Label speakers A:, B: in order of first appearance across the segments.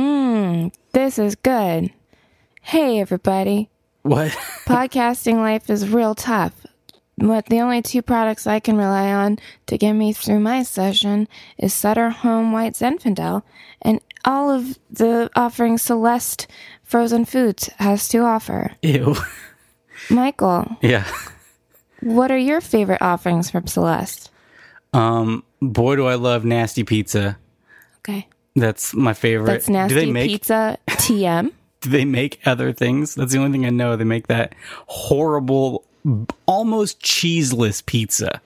A: Mm, this is good. Hey, everybody.
B: What?
A: Podcasting life is real tough. But the only two products I can rely on to get me through my session is Sutter Home White Zinfandel and all of the offerings Celeste Frozen Foods has to offer.
B: Ew.
A: Michael,
B: Yeah.
A: what are your favorite offerings from Celeste?
B: Um, boy, do I love nasty pizza.
A: Okay.
B: That's my favorite.
A: That's nasty
B: do they make
A: pizza TM.
B: do they make other things? That's the only thing I know. They make that horrible, almost cheeseless pizza.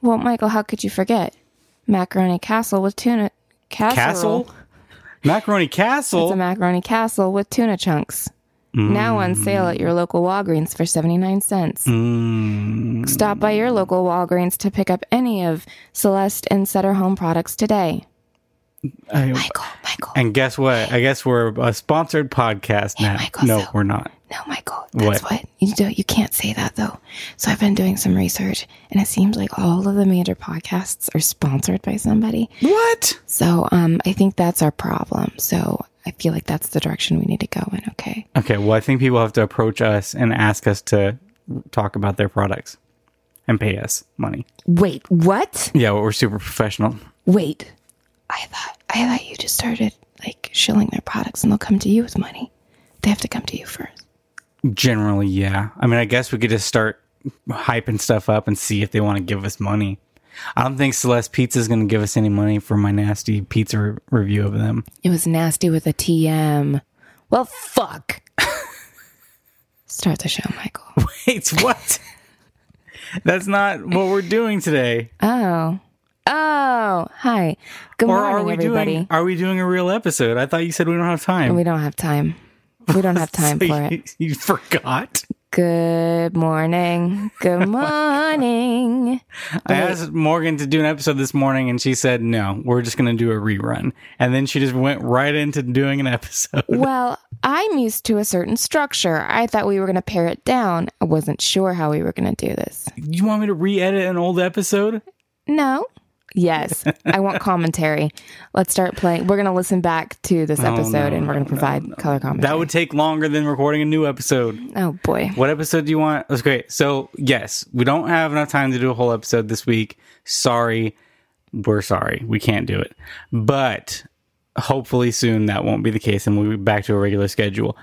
A: Well, Michael, how could you forget macaroni castle with tuna casserole?
B: Castle? Macaroni castle?
A: It's a macaroni castle with tuna chunks. Now on sale at your local Walgreens for 79 cents.
B: Mm.
A: Stop by your local Walgreens to pick up any of Celeste and Sutter Home products today.
B: I-
A: Michael, Michael.
B: and guess what? I guess we're a sponsored
A: Oh
B: podcast now.
A: Michael,
B: no,
A: so-
B: we're not.
A: No, Michael, that's
B: What?
A: what, you do. You can't say that though. So I've been doing some research, and it seems like all of the major podcasts are sponsored by somebody.
B: What?
A: So um, I think that's our problem. So I feel like that's the direction we need to go in. Okay.
B: Okay, well, I think people have to approach us and ask us to talk about their products and pay us money.
A: Wait, what?
B: Yeah, well, we're super professional.
A: Wait. I thought I thought you just started like shilling their products, and they'll come to you with money. They have to come to you first.
B: Generally, yeah. I mean, I guess we could just start hyping stuff up and see if they want to give us money. I don't think Celeste Pizza is going to give us any money for my nasty pizza re- review of them.
A: It was nasty with a TM. Well, fuck. Start the show, Michael.
B: Wait, what? That's not what we're doing today.
A: Oh. Oh. Hi. Good
B: Or
A: morning,
B: are we
A: everybody.
B: doing? Are we doing a real episode? I thought you said we don't have time.
A: we don't have time. We don't have time
B: So
A: for it.
B: you, you forgot.
A: Good morning. Good morning.
B: I asked Morgan to do an episode this morning, and she said no. We're just going to do a rerun, and then she just went right into doing an episode.
A: well, I'm used to a certain structure. I thought we were going to pare it down. I wasn't sure how we were going to do this.
B: You want me to re-edit an old episode?
A: No. Yes. I want commentary. Let's start playing. We're going to listen back to this
B: Oh,
A: episode and we're going to provide color commentary.
B: That would take longer than recording a new episode.
A: oh, boy.
B: What episode do you want? That's great. So, yes, we don't have enough time to do a whole episode this week. Sorry. We're sorry. We can't do it. But hopefully soon that won't be the case and we'll be back to a regular schedule.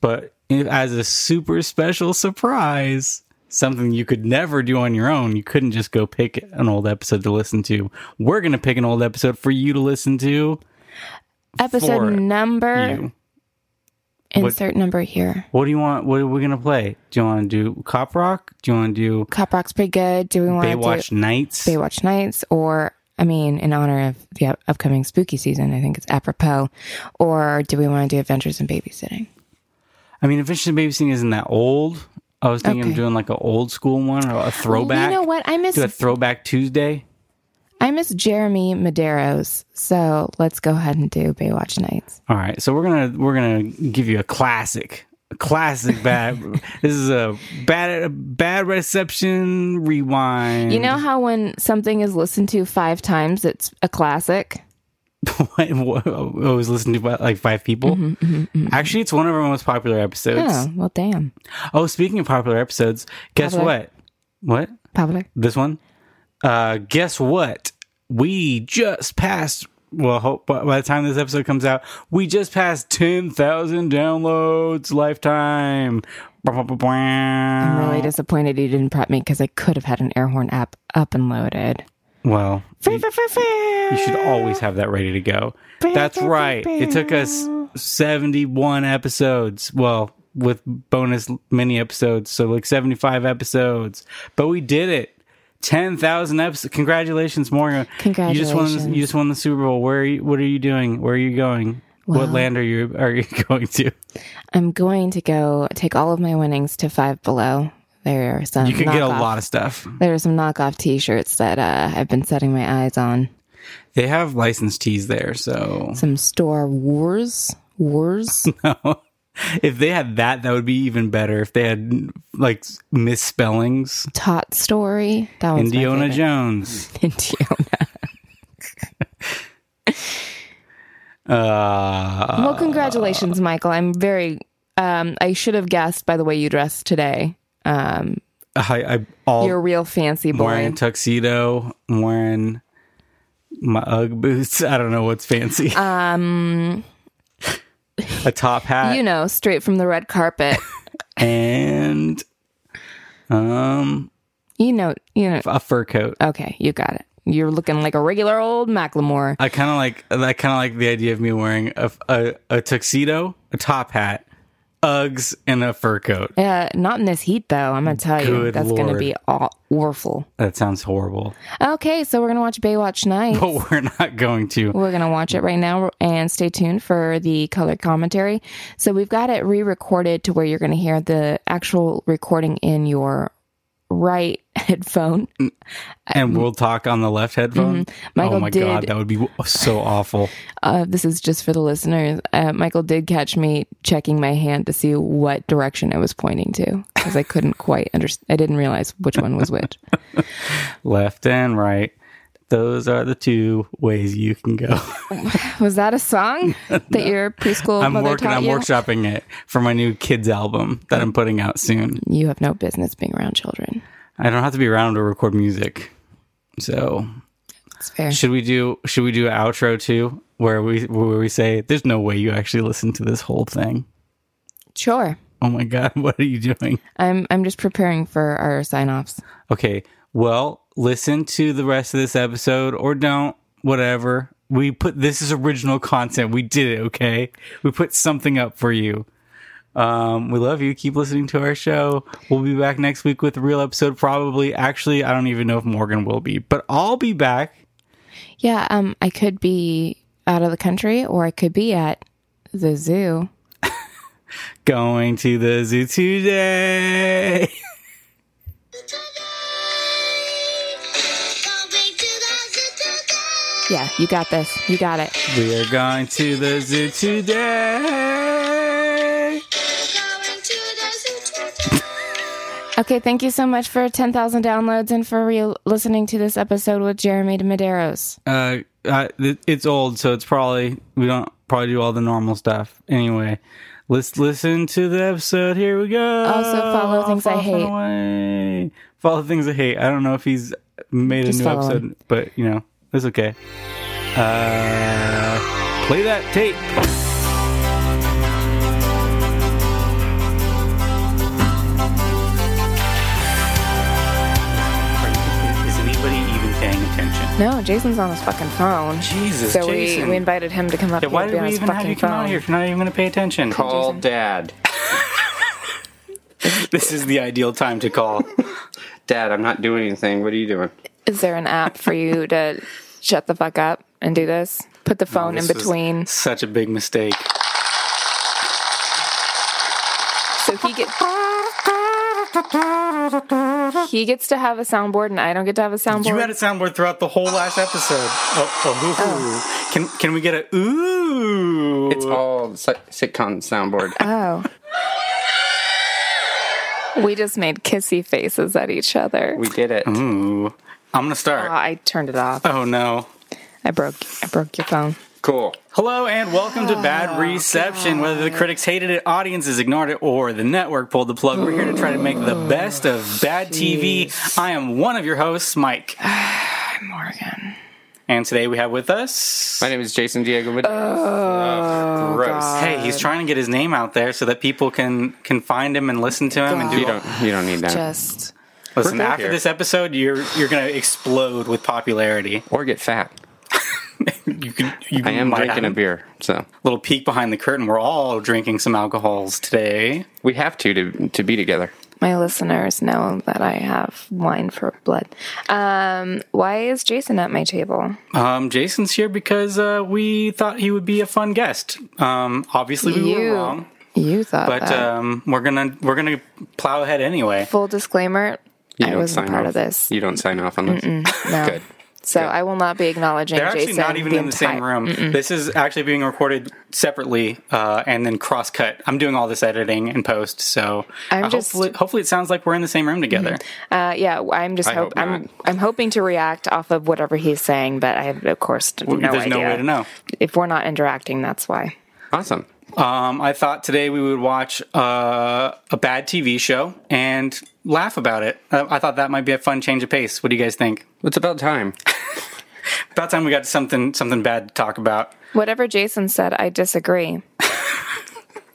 B: But if, as a super special surprise, something you could never do on your own, you couldn't just go pick an old episode to listen to. We're going to pick an old episode for you to listen to.
A: Episode
B: for
A: number,
B: You.
A: insert number here.
B: What do you want? What are we gonna play? Do you want to do cop rock? Do you want to do
A: Cop Rock's pretty good. Do we want to do
B: Baywatch Nights?
A: Baywatch Nights, or I mean, in honor of the up- upcoming spooky season, I think it's apropos. Or do we want to do Adventures in Babysitting?
B: I mean, Adventures in Babysitting isn't that old. I was thinking
A: Okay.
B: of doing like an old school one or a throwback.
A: You know what? I miss
B: Do a throwback Tuesday.
A: I miss Jeremy Madero's. So let's go ahead and do Baywatch Nights.
B: All right, so we're gonna we're gonna give you a classic, a classic bad. this is a bad bad reception rewind.
A: You know how when something is listened to five times, it's a classic.
B: I was listening to like five people.
A: Mm-hmm,
B: Actually, it's one of our most popular episodes.
A: Oh well, damn,
B: Oh, speaking of popular episodes, guess
A: Popular.
B: what? What?
A: popular.
B: This one? Uh guess what? We just passed well, hope by by the time this episode comes out, we just passed 10,000 downloads lifetime.
A: I'm really
B: Really
A: disappointed you didn't prep me because I could have had an air horn app up and loaded.
B: well,
A: You
B: you should always have that ready to go. That's right. It took us 71 episodes. Well, with bonus mini episodes, so like 75 episodes. But we did it. 10,000 episodes. Congratulations, Morgan. You just won
A: Congratulations.
B: you just won the Super Bowl. Where are you, what are you doing? Where are you going? what land are you are you going to?
A: I'm going to go take all of my winnings to Five Below. There are some.
B: You could get a
A: knockoff-
B: lot of stuff.
A: There are some knockoff T-shirts that uh, I've been setting my eyes on.
B: They have licensed teas there, so
A: Some Star Wars Wars.
B: if they had that, that would be even better. If they had like misspellings,
A: Tot Story. That one's my
B: Indiana
A: favorite.
B: Jones.
A: Indiana.
B: Uh,
A: well, congratulations, Michael. I'm very. Um, I should have guessed by the way you dressed today. Um,
B: I, I all
A: you're a real fancy boy.
B: wearing tuxedo, I'm wearing my UGG boots. I don't know what's fancy. Um, a top hat
A: you know, straight from the red carpet.
B: and um
A: you know, you know.
B: a fur coat.
A: Okay, you got it. You're looking like a regular old Macklemore.
B: I kind of like I kind of like the idea of me wearing a, a a tuxedo, a top hat, UGGs, and a fur coat.
A: Uh, not in this heat, though. I'm gonna tell you,
B: Good
A: that's gonna
B: Lord.
A: be aw- awful.
B: That sounds horrible,
A: Okay, so we're gonna watch Baywatch Nights.
B: but we're not going to.
A: We're going to watch it right now and stay tuned for the colored commentary. So we've got it re recorded to where you're going to hear the actual recording in your right headphone.
B: Mm. And we'll talk on the left headphone.
A: Mm-hmm. Michael
B: oh my
A: did-
B: god, that would be so awful.
A: Uh, this is just for the listeners. Uh, Michael did catch me checking my hand to see what direction I was pointing to because I couldn't quite understand. I didn't realize which one was which.
B: left and right. Those are the two ways you can go.
A: Was that a song that your preschool
B: I'm
A: mother
B: working.
A: taught
B: I'm
A: you?
B: workshopping it for my new kids album that I'm putting out soon.
A: you have no business being around children.
B: I don't have to be around to record music, so
A: It's fair.
B: Should we do should we do an outro too where we where we say there's no way you actually listen to this whole thing?
A: Sure.
B: Oh my god, what are you doing?
A: I'm I'm just preparing for our sign offs.
B: Okay, well, listen to the rest of this episode or don't, whatever. We put this is original content. We did it, okay? We put something up for you. Um, we love you. Keep listening to our show. We'll be back next week with a real episode probably. Actually, I don't even know if Morgan will be, but I'll be back.
A: Yeah, um, I could be out of the country or I could be at the zoo.
B: Going to the zoo today.
A: Yeah, you got this. You got it.
B: We are going to the zoo today.
A: Okay, thank you so much for 10,000 downloads and for re- listening to this episode with Jeremy Medeiros.
B: Uh, I, th- it's old, so it's probably we don't probably do all the normal stuff anyway. Let's listen to the episode. Here we go.
A: Also, follow Things I Hate.
B: Away. Follow things I hate. I don't know if he's made
A: Just
B: a new
A: follow
B: episode,
A: him.
B: but you know it's okay. Uh, play that tape. Is anybody even paying attention?
A: No, Jason's on his fucking phone.
B: Jesus,
A: so
B: Jason.
A: We, we invited him to come up
B: Yeah,
A: here
B: why
A: to
B: did
A: be on
B: we
A: his
B: even have
A: fucking
B: you come
A: phone.
B: out here if you're not even going to pay attention?
C: Call dad.
B: This is the ideal time to call.
C: Dad, I'm not doing anything. What are you doing?
A: Is there an app for you to shut the fuck up and do this? Put the phone in
B: This was
A: between
B: Such a big mistake.
A: so he gets he gets to have a soundboard and I don't get to have a soundboard.
B: You had a soundboard throughout the whole last episode. Oh, oh, ooh. Can can we get a ooh?
C: It's all si- sitcom soundboard.
A: Oh. We just made kissy faces at each other.
C: We did it.
A: Mm-hmm.
B: ooh. I'm gonna
A: Aw,
B: start.
A: I turned it off.
B: Oh no.
A: I broke I broke your phone.
C: Cool.
B: Hello and welcome to
C: Oh,
B: Bad Reception. Whether the critics hated it, audiences ignored it, or the network pulled the plug, we're here to try to make the best
C: Oh,
B: of bad TV. I am one of your hosts, Mike.
A: Morgan.
B: And today we have with us.
C: My name is Jason Diego Medeiros. Oh, gross.
B: Hey, he's trying to get his name out there so that people can can find him and listen to him and do.
C: You don't. You don't need that.
A: Just
B: Listen,
C: We're good
B: after
C: here.
B: this episode, you're you're gonna explode with popularity.
C: Or get fat.
B: You can. You
C: I am
B: might
C: drinking
B: have
C: a beer, so
B: Little peek behind the curtain. We're all drinking some alcohols today.
C: we have to to to be together.
A: my listeners know that I have wine for blood. Um, why is Jason at my table?
B: Um, Jason's here because uh, we thought he would be a fun guest. Um, obviously, we
A: You. uh,
B: were wrong,
A: You thought
B: but
A: that.
B: um, we're gonna we're gonna plow ahead anyway.
A: Full disclaimer,
C: You
A: I
C: don't
A: wasn't
C: sign
A: part
C: off.
A: of this.
C: You don't sign off on this.
A: No.
C: Good.
A: So I will not be acknowledging
B: They're actually
A: Jason.
B: not even
A: the
B: in the same
A: entire-
B: room. This is actually being recorded separately uh, and then cross cut. I'm doing all this editing and post, so
A: I'm
B: uh,
A: just-
B: hopefully, hopefully it sounds like we're in the same room together.
A: Uh, yeah, I'm just
C: I
A: hope,
C: hope not.
A: I'm I'm hoping to react off of whatever he's saying, but I have of course no
B: There's
A: idea.
B: no way to know.
A: if we're not interacting. That's why.
C: Awesome.
B: Um, I thought today we would watch uh, a bad TV show and laugh about it. Uh, I thought that might be a fun change of pace. What do you guys think?
C: It's about time.
B: About time we got something something bad to talk about.
A: Whatever Jason said, I disagree.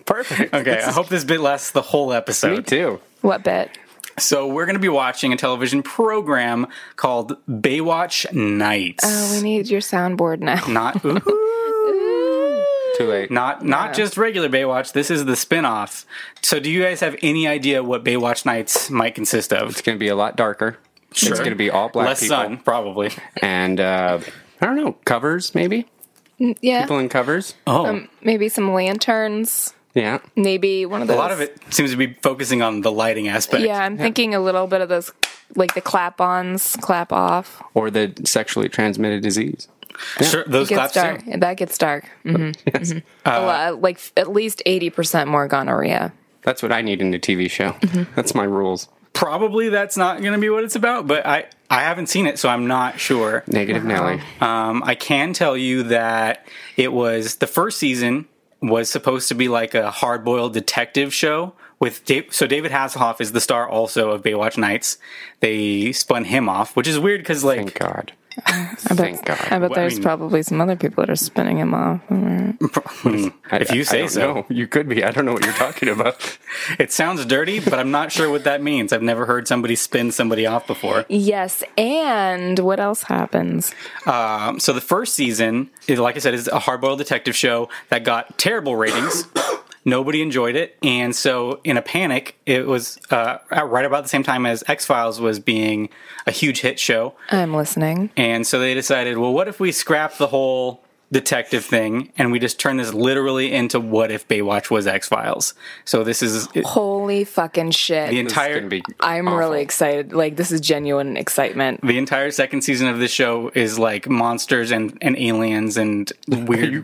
C: Perfect.
B: Okay, I hope this bit lasts the whole episode.
C: Me too.
A: What bit?
B: So we're going to be watching a television program called Baywatch Nights.
A: Oh, we need your soundboard now.
B: not
C: Too late.
B: not not just regular Baywatch. This is the spin-off. So do you guys have any idea what Baywatch Nights might consist of?
C: It's going to be a lot darker. It's going to be all black
B: Less
C: people.
B: sun, probably.
C: And uh, I don't know, covers maybe?
A: Yeah,
C: People in covers?
B: Oh,
A: maybe some lanterns.
C: Yeah.
A: Maybe one of
B: a
A: those.
B: lot of it seems to be focusing on the lighting aspect.
A: Yeah, I'm thinking a little bit of those, like the clap-ons, clap off.
C: Or the sexually transmitted disease.
B: Sure, those
A: Gets
B: claps Uh,
A: dark.
B: too.
A: That gets dark. hmm a lot, like f- at least eighty percent more gonorrhea.
C: That's what I need in a TV show.
A: Mm-hmm.
C: That's my rules.
B: Probably that's not going to be what it's about, but I I haven't seen it, so I'm not sure.
C: Negative Nelly.
B: Um, I can tell you that it was the first season was supposed to be like a hard boiled detective show with Dave, so David Hasselhoff is the star also of Baywatch Nights. They spun him off, which is weird because like
C: Thank God.
A: I bet,
C: Thank God.
A: I bet
B: Well, I
A: there's
B: mean-
A: probably some other people that are spinning him off.
C: I-
B: if you
C: I
B: say
C: don't
B: so,
C: know. you could be. I don't know what you're talking about.
B: it sounds dirty, but I'm not sure what that means. I've never heard somebody spin somebody off before.
A: Yes, and what else happens?
B: Um, so the first season, is, like I said, is a hardboiled detective show that got terrible ratings. Nobody enjoyed it, and so in a panic, it was uh, right about the same time as X Files was being a huge hit show,
A: I'm listening.
B: and so they decided, well, what if we scrap the whole detective thing and we just turn this literally into what if Baywatch was X Files? So this is
A: Holy fucking
B: the
A: shit.
C: It's
B: entire
C: gonna be
A: I'm
C: awful.
A: really excited. Like, this is genuine excitement.
B: the entire second season of this show is like monsters and, and aliens and
C: Are
B: weird
C: you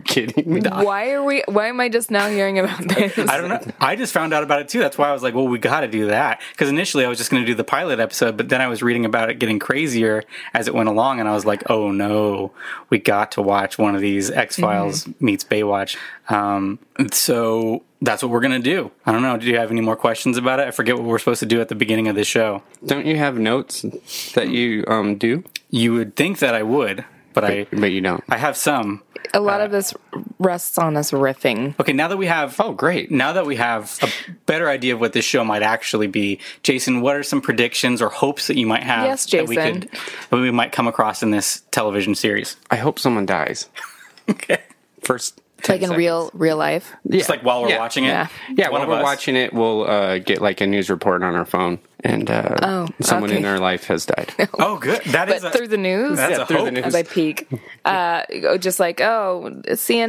C: kidding me?
A: Why are we, why am I just now hearing about this?
B: I don't know. I just found out about it too. That's why I was like, well, we got to do that. Because initially I was just going to do the pilot episode, but then I was reading about it getting crazier as it went along, and I was like, oh no, we got to watch one of these X Files meets Baywatch. Um, so that's what we're going to do. I don't know. Do you have any more questions about it? I forget what we're supposed to do at the beginning of the show.
C: Don't you have notes that you um, do?
B: You would think that I would, but I.
C: But you don't.
B: I have some.
A: A lot of this rests on us riffing.
B: Okay, now that we have
C: Oh, great.
B: now that we have a better idea of what this show might actually be, Jason, what are some predictions or hopes that you might have
A: Yes,
B: that we
A: Jason.
B: could that we might come across in this television series?
C: I hope someone dies.
B: Okay.
C: First. 10
A: Like in
C: seconds.
A: real, real life.
B: Just like while we're
C: Yeah.
B: watching it.
A: Yeah.
C: Yeah,
B: One
C: while
B: of
C: we're
B: us.
C: watching it, we'll uh, get like a news report on our phone, and uh, someone
A: Oh,
C: in
A: okay.
C: our life has died.
B: Oh good. That is
A: But
B: a,
A: through the news,
B: That's
C: Yeah,
B: a
C: through the
B: hope.
C: news.
A: as I peek, uh, just like, oh,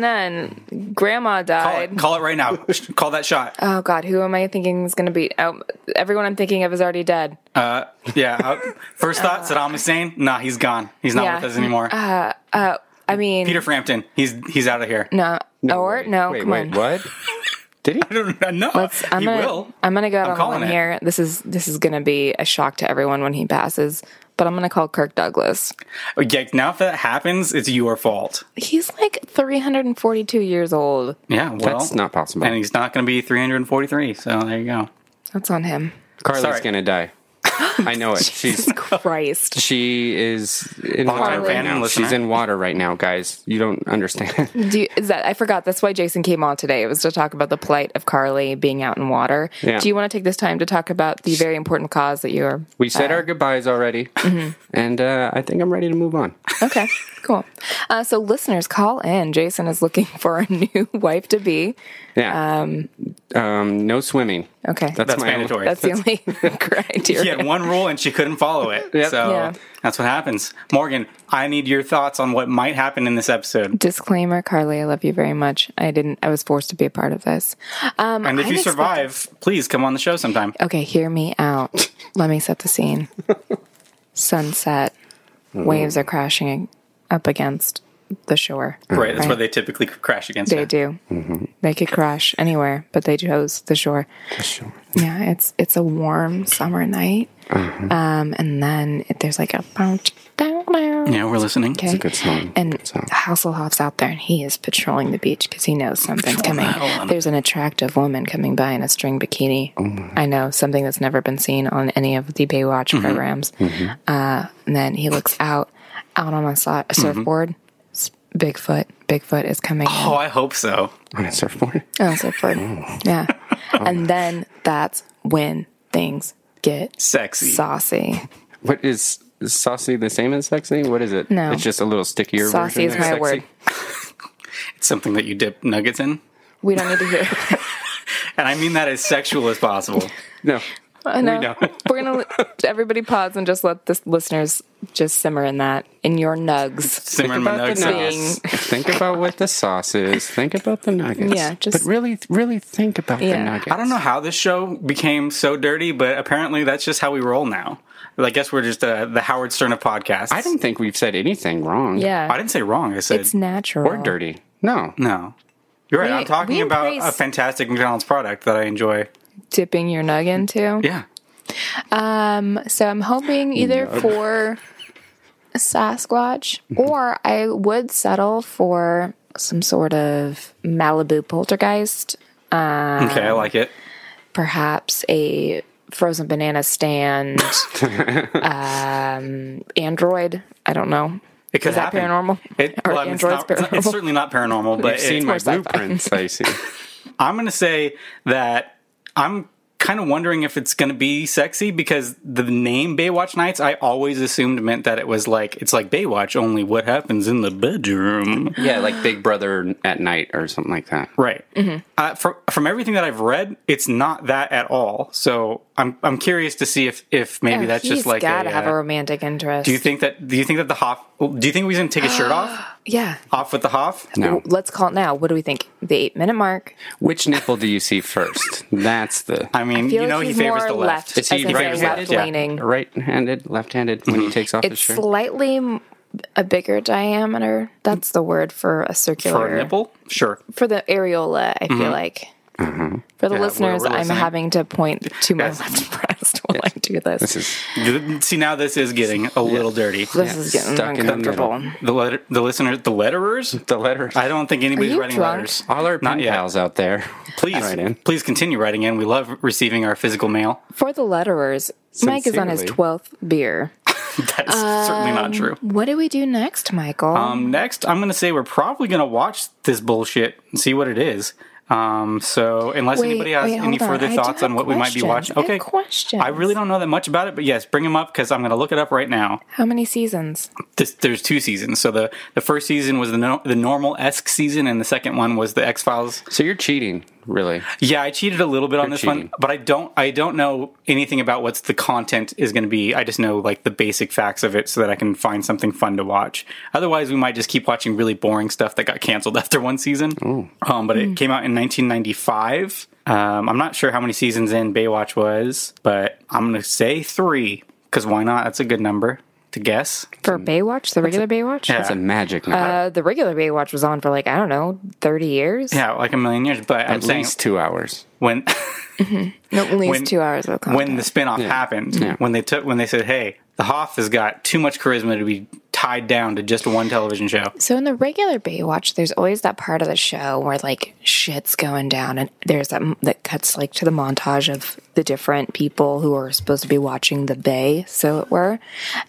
A: CNN, grandma
B: Call
A: died.
B: it, call it right now. call that shot.
A: Oh God, who am I thinking is going to be? Oh, everyone I'm thinking of is already dead.
B: yeah. uh, first thought, Saddam Hussein? Nah, he's gone. He's not
A: Yeah. Uh.
B: with us anymore.
A: I mean,
B: Peter Frampton. He's he's out of here.
A: no, or
C: Wait,
A: Oh, no,
C: wait,
A: come
C: wait,
A: on.
C: what? Did he?
B: I don't know.
A: Let's- I'm
B: he
A: gonna,
B: will.
A: I'm gonna go out on a
B: calling
A: limb
B: it.
A: here. This is this is gonna be a shock to everyone when he passes. But I'm gonna call Kirk Douglas.
B: Yeah, now if that happens, it's your fault.
A: He's like 342 years old.
B: Yeah, well
C: That's not possible.
B: And he's not going to be 343. So there you go.
A: That's on him.
C: Carly's
B: Sorry.
C: gonna die. I know it. She's
A: Christ.
C: she is in water
B: Long-time
C: right
B: fan and
C: now.
B: listener.
C: She's in water right now, guys. You don't understand.
A: Do you, is that I forgot? That's why Jason came on today. It was to talk about the plight of Carly being out in water.
C: Yeah.
A: Do you want to take this time to talk about the very important cause that you are?
C: We said our goodbyes already,
A: Mm-hmm.
C: and uh, I think I'm ready to move on.
A: Okay, cool. Uh, so, listeners, call in. Jason is looking for a new wife to be.
C: Yeah. Um. no swimming.
A: Okay,
C: That's,
B: That's
C: my only-
B: mandatory.
A: That's the only criteria.
B: He had one rule and she couldn't follow it. So
A: Yeah.
B: that's what happens. Morgan, I need your thoughts on what might happen in this episode.
A: Disclaimer, Carly, I love you very much. I didn't. I was forced to be a part of this. Um,
B: And if
A: I'm
B: you
A: expect-
B: survive, please come on the show sometime.
A: okay, hear me out. Let me set the scene. Sunset. waves are crashing up against the shore.
B: Right. That's where they typically crash against
A: They do. They could crash anywhere, but they chose the shore.
C: Sure.
A: Yeah, it's it's a warm summer night, um, and then it, there's like a bounce down there.
B: Yeah, we're listening.
A: Okay.
C: good song.
A: And
C: Good song.
A: Hasselhoff's out there, and he is patrolling the beach because he knows something's coming. There's an attractive woman coming by in a string bikini.
C: Oh
A: I know something that's never been seen on any of the Baywatch programs.
C: Mm-hmm.
A: Uh, and then he looks out, out on a so- surfboard. It's Bigfoot, Bigfoot is coming. in.
B: Oh, I hope so.
C: On a surfboard.
A: Oh, surfboard. Yeah.
C: Oh.
A: And then that's when things get
B: Sexy.
A: saucy.
C: What is, is saucy the same as sexy? What is it?
A: No.
C: It's just a little stickier.
A: Saucy
C: version
A: is
C: of
A: my
C: sexy?
A: word.
B: It's something that you dip nuggets in.
A: We don't need to hear.
B: And I mean that as sexual as possible.
C: No.
A: I know.
B: know.
A: We're gonna let- everybody pause and just let the listeners just simmer in that in your nugs.
B: Simmer my
C: about
B: nuggets.
C: the
B: in.
A: Being,
C: think about what the sauce is. Think about the nuggets.
A: Yeah, just-
C: but really, really think about the
A: Yeah.
C: nuggets.
B: I don't know how this show became so dirty, but apparently that's just how we roll now. I guess we're just uh, the Howard Stern of podcasts.
C: I don't think we've said anything wrong.
A: yeah,
B: I didn't say wrong. I said
A: it's natural.
C: Or dirty. No.
B: no. You're right.
A: We-
B: I'm talking
A: we
B: about a
A: embrace-
B: fantastic McDonald's product that I enjoy.
A: dipping your nug into.
B: Yeah.
A: Um, so I'm
B: Mm-hmm.
A: hoping either for Sasquatch
B: Mm-hmm.
A: or I would settle for some sort of Malibu poltergeist,
B: Okay,
A: Um,
B: I like it.
A: perhaps a frozen banana stand, um, android. I don't know.
B: It could
A: Is that
B: happen.
A: paranormal?
B: It,
A: Or
B: well, I mean, it's,
A: androids
B: not- it's not- it's
A: paranormal?
B: certainly not paranormal, but
C: I've seen
B: it-
C: my
A: more sci-fi.
C: blueprints, I see.
B: I'm going to say that I'm kind of wondering if it's going to be sexy because the name Baywatch Nights I always assumed meant that it was like it's like Baywatch only what happens in the bedroom.
C: Yeah, like Big Brother at night or something like that.
B: Right.
A: Mm-hmm.
B: Uh, from from everything that I've read, it's not that at all. So I'm I'm curious to see if if maybe that's
A: He's
B: just like
A: gotta
B: a,
A: have
B: uh,
A: a romantic interest.
B: do you think that do you think that the Hoff do you think he's gonna take his shirt off
A: yeah.
B: off with the Hoff?
C: No.
A: Let's call it now. What do we think? The eight minute mark.
C: Which nipple do you see first? That's the
B: I mean,
A: I feel
B: you know
A: like
B: he
A: he's
B: favors
A: more
B: the left.
C: Is he
A: as in
C: right-
A: the left
B: yeah.
A: leaning.
C: right-handed, left-handed when
B: Mm-hmm.
C: he takes off his
A: It's
C: shirt.
A: slightly m- a bigger diameter. That's the word for a circular
B: for a nipple? Sure.
A: for the areola. I feel like for the
B: Mm-hmm. Yeah, we're-
A: listeners,
B: we're
A: I'm
B: listening.
A: having to point to my left breast when I do this. This
C: This
A: is,
C: is
B: See now this is getting a little dirty.
A: getting
C: stuck in the
A: uncomfortable.
B: The letter, the listeners, the letterers.
C: the letter.
B: I don't think anybody's
A: you
B: writing
A: drunk?
B: letters.
C: All our pen
B: Not yet.
C: pals out there,
B: Please,
C: write in.
B: please continue writing in. We love receiving our physical mail.
A: for the letterers, Mike is on his
C: Sincerely.
A: twelfth beer.
B: That's
A: Um,
B: certainly not true.
A: What do we do next, Michael?
B: Um, next, I'm going to say we're probably going to watch this bullshit and see what it is. Um, so, unless
A: Wait,
B: anybody has
A: wait,
B: any
A: hold on.
B: further
A: I do
B: thoughts on
A: have
B: what we might be
A: questions.
B: watching,
A: I have
B: okay,
A: questions.
B: I really don't know that much about it, but yes, bring them up because I'm going to look it up right now.
A: How many seasons?
B: This, there's two seasons. So the the first season was the no, the normal esque season, and the second one was the X Files.
C: So you're cheating, really?
B: Yeah, I cheated a little bit on this one,
C: cheating.
B: but I don't I don't know anything about what's the content is going to be. I just know like the basic facts of it so that I can find something fun to watch. Otherwise, we might just keep watching really boring stuff that got canceled after one season. Um, but it came out in 1995. Um, I'm not sure how many seasons in Baywatch was, but I'm going to say 3 cuz why not? That's a good number to guess.
A: For Baywatch, the regular Baywatch?
C: That's a magic number.
A: Uh, the regular Baywatch was on for like, I don't know, 30 years?
B: Yeah, like a million years, but I'm
C: At
B: saying
C: least two hours.
B: when
A: No, at least
B: When-
A: two hours of content.
B: when the spinoff happened, when they took when they said, "Hey, the Hoff has got too much charisma to be tied down to just one television show."
A: so in the regular Baywatch, there's always that part of the show where like shit's going down, and there's that that cuts like to the montage of the different people who are supposed to be watching the bay, so it were,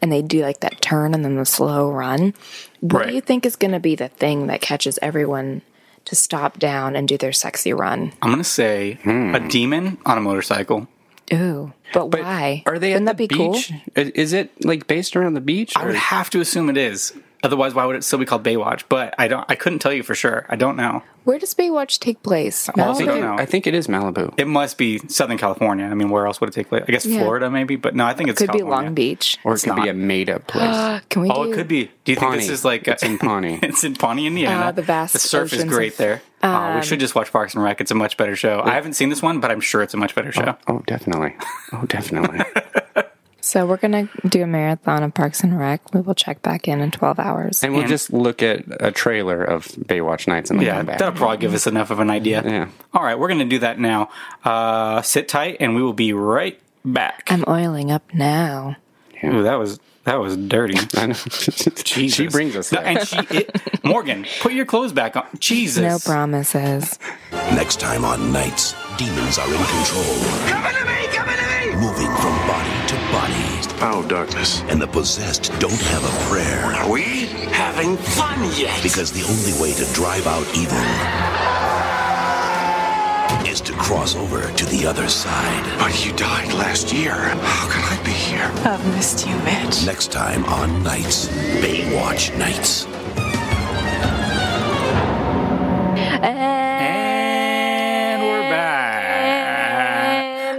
A: and they do like that turn and then the slow run. What
B: Right.
A: do you think is going to be the thing that catches everyone to stop down and do their sexy run?
B: I'm gonna say
C: Hmm.
B: a demon on a motorcycle.
A: Ooh, but, why?
C: Are they
A: Wouldn't
C: at
A: that
C: the
A: be cool?
C: beach? I- Is it like based around the beach?
B: I
C: or-
B: would have to assume it is. Otherwise, why would it still be called Baywatch? But I don't. I couldn't tell you for sure. I don't know.
A: Where does Baywatch take place?
C: I think,
B: don't
C: it,
B: know.
C: I think it is Malibu.
B: It must be Southern California. I mean, where else would it take place? I guess Florida, maybe. But no, I think it's
A: could be
B: California.
A: Long Beach. Uh,
C: or it could
B: not.
C: be a made-up place.
A: Can we?
B: Oh,
A: do,
B: it could be. Do you think this
C: Pawnee.
B: is like a-
C: It's in Pawnee.
B: it's in Pawnee, Indiana.
A: Ah, the vast
B: The surf is
A: oceans
B: great
A: of- Um,
B: there. Aw, we should just watch Parks and Rec. It's a much better show. I haven't seen this one, but I'm sure it's a much better show.
C: Oh, definitely. Oh, definitely.
A: So we're going to do a marathon of Parks and Rec. We will check back in in 12 hours.
C: And we'll just look at a trailer of Baywatch Nights and then
B: Yeah,
C: come back.
B: that'll probably give us enough of an idea.
C: Yeah.
B: All right, we're going to do that now. Uh, sit tight, and we will be right back.
A: I'm oiling up now.
B: Ooh, that was that was dirty.
C: I know. She
B: Jesus.
C: brings us
B: No,
C: there.
B: And she, it, Morgan, put your clothes back on. Jesus.
A: No promises.
D: Next time on Nights, demons are in control,
E: Coming to me! Coming to me!
D: moving from body to body,
E: Oh, darkness.
D: and the possessed don't have a prayer
E: Are we having fun yet?
D: because the only way to drive out evil is to cross over to the other side.
E: But you died last year. How could I be here?
F: I've missed you, Mitch.
D: Next time on Nights, Baywatch Nights.
B: And we're back.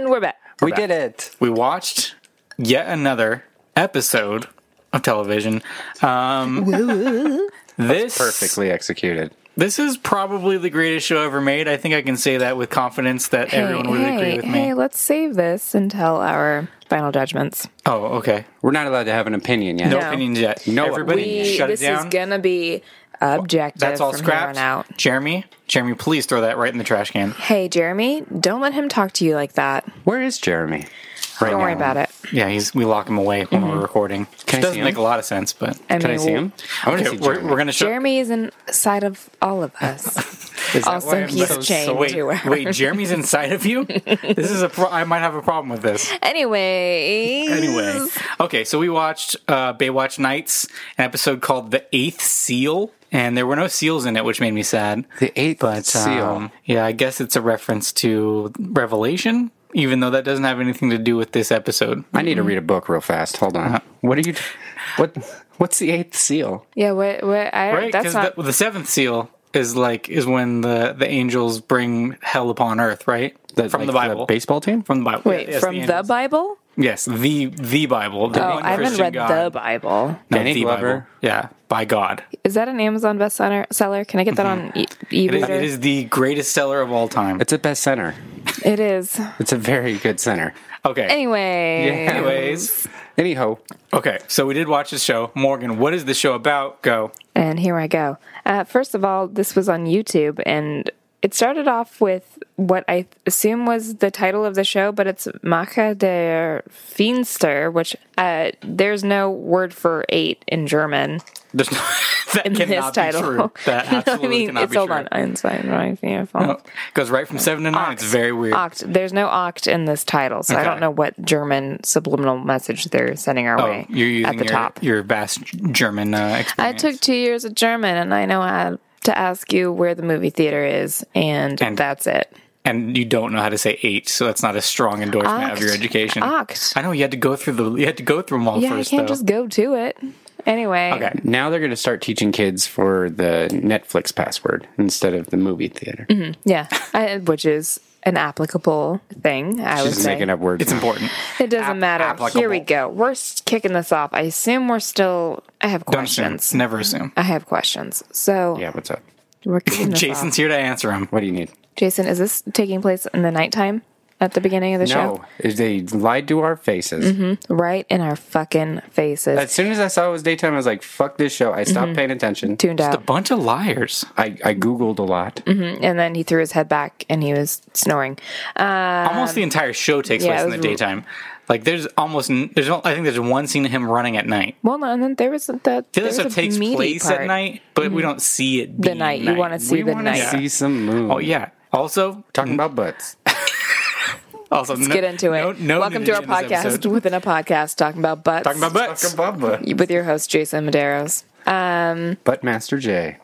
A: And we're back.
C: we did it.
B: We watched yet another episode of television. Um, this
C: Perfectly executed.
B: This is probably the greatest show ever made. I think I can say that with confidence that everyone would
A: hey,
B: agree with me.
A: hey, let's save this until our final judgments.
B: Oh, okay.
C: We're not allowed to have an opinion yet.
B: No,
A: No.
B: opinions yet.
C: No
B: everybody,
C: opinions.
B: shut it
A: this
B: down.
A: is gonna be objective.
B: That's all
A: from
B: scrapped.
A: here on out.
B: Jeremy, Jeremy, please throw that right in the trash can.
A: Hey, Jeremy, don't let him talk to you like that.
C: Where is Jeremy? Right
A: don't worry about it. Mm-hmm.
B: Yeah, he's we lock him away when we're recording.
C: Can I
B: Doesn't
C: see him?
B: make a lot of sense, but
A: I
C: Can I
A: mean,
C: see him? I want to
B: Okay,
C: see
B: we're,
C: Jeremy.
B: we're gonna show.
A: Jeremy is inside of all of us.
C: Is that why
A: also,
C: I'm
A: he's
C: so
A: chained
B: wait,
A: to her.
B: wait, Jeremy's inside of you. this is a. Pro- I might have a problem with this.
A: Anyway,
B: Anyway, okay, so we watched uh, Baywatch Nights, an episode called "The Eighth Seal," and there were no seals in it, which made me sad.
C: The eighth
B: But um,
C: seal.
B: yeah, I guess it's a reference to Revelation, even though that doesn't have anything to do with this episode.
C: I need to read a book real fast. Hold
B: Uh-huh.
C: on. What are you? What? What's the eighth seal?
A: yeah, what? What? I,
B: Right?
A: that's
B: Because
A: not.
B: the, the seventh seal is like is when the the angels bring hell upon earth, right? from
C: like,
B: the Bible.
C: baseball team.
B: from the Bible.
A: wait,
B: Yes,
A: from the
B: angels.
A: Bible?
B: yes, the the Bible. The
A: Oh,
B: one
A: I haven't
B: Christian
A: read the
B: God.
A: Bible.
B: No,
C: Danny
B: the
C: Glover.
B: Bible. Yeah, by God.
A: Is that an Amazon bestseller? Seller? Can I get that on e-
B: It is,
A: e-reader?
B: Mm-hmm. it is the greatest seller of all time.
C: It's a best center.
A: It is.
C: It's a very good center.
B: Okay.
A: Anyway,
B: Anyways,
C: Anyhow,
B: okay. So we did watch the show. Morgan, what is the show about? Go.
A: And here I go. Uh, first of all, this was on YouTube, and it started off with what I assume was the title of the show, but it's Macha der Finster, which uh, there's no word for eight in German
B: There's no, that
A: in
B: cannot
A: this
B: be
A: title.
B: true. That
A: No,
B: absolutely
A: I mean,
B: cannot
A: it's
B: be
A: all
B: true.
A: on Einstein, right? Yeah,
B: No, goes right from seven to nine. It's very weird.
A: Oct. There's no oct in this title, so I
B: Okay.
A: don't know what German subliminal message they're sending our
B: Oh,
A: way
B: you're using
A: at the
B: your,
A: top.
B: your vast German uh, experience.
A: I took two years of German, and I know how to ask you where the movie theater is, and,
B: And-
A: that's it.
B: and you don't know how to say eight, so that's not a strong endorsement of
A: Oct.
B: your education.
A: Oct.
B: I know you had to go through the you had to go through them all
A: Yeah,
B: first.
A: I can't
B: though.
A: just go to it. Anyway,
B: okay.
C: now they're going to start teaching kids for the Netflix password instead of the movie theater.
A: yeah, I, which is an applicable thing. I would
C: Just
A: say
C: making up words.
B: It's
C: now.
B: important.
A: it doesn't
B: app-
A: matter. Here we go.
B: applicable.
A: We're s- kicking this off. I assume we're still. I have
B: Don't assume.
A: questions.
B: Never assume.
A: I have questions. So
C: Yeah. What's up?
A: we're kicking this
B: Jason's
A: off.
B: here to answer them.
C: What do you need?
A: Jason, is this taking place in the nighttime at the beginning of the Mm-hmm.
C: No, they lied to our faces.
A: show? Right in our fucking faces.
C: As soon as I saw it was daytime, I was like, "Fuck this show." I
A: Mm-hmm.
C: stopped paying attention.
A: tuned
B: Just a
A: out.
B: bunch of liars.
C: I, I googled a lot.
A: and then he threw his head back and he was snoring.
B: almost the entire show takes
A: Um, yeah,
B: place
A: it
B: in the
A: was-
B: daytime. Like there's almost n- there's no- I think there's one scene of him running at night.
A: Well, no, and then there was that.
B: The
A: there
B: other
A: was a
B: stuff takes
A: meaty
B: place at
A: part.
B: night, but we don't see it
A: The
B: being
A: night. You want to see
C: we
A: the
C: wanna
A: night.
C: see some moon.
B: Oh yeah. Also,
C: talking about butts.
B: also
A: Let's get into it. Welcome to our podcast within a podcast talking about butts.
B: Talking about butts.
C: Talking about butt.
A: with your host Jason Maderos.
C: Butt Master J.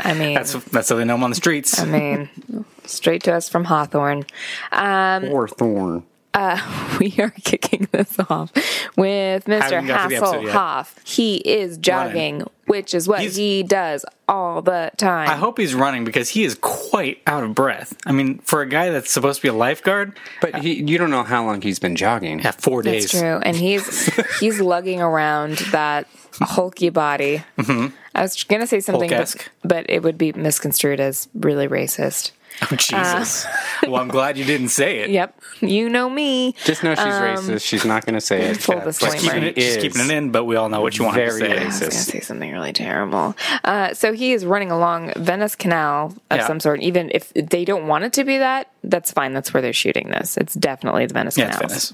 A: I mean,
B: That's that's how they know him on the streets.
A: I mean, straight to us from Hawthorne.
B: Um,
A: Um,
C: or Thorn.
A: We are kicking this off with Mr.
B: Haven't got to the episode yet.
A: Hasselhoff. He is jogging, which is what
B: He's-
A: he does all the time.
B: I hope he's running because he is quite out of breath. I mean, for a guy that's supposed to be a lifeguard,
C: But he, you don't know how long he's been jogging.
B: at four
A: That's
B: days.
A: true. And he's he's lugging around that hulky body. I was gonna say something, but,
B: Mm-hmm. Hulk-esque.
A: but it would be misconstrued as really racist.
B: Oh, Jesus.
A: Uh,
B: well, I'm glad you didn't say it.
A: Yep. You know me.
C: Just know she's racist. She's not going to say
A: Um,
C: it.
A: full
C: But
A: disclaimer.
C: she
B: Keeping it, just
C: is
B: keeping it in, but we all know what you want to
C: very
B: say.
A: I was going to
C: racist.
A: say something really terrible. Uh, so he is running along Venice Canal of
B: Yeah.
A: some sort. Even if they don't want it to be that, that's fine. That's where they're shooting this. It's definitely the Venice
B: Yeah, it's
A: Canal.
B: Venice.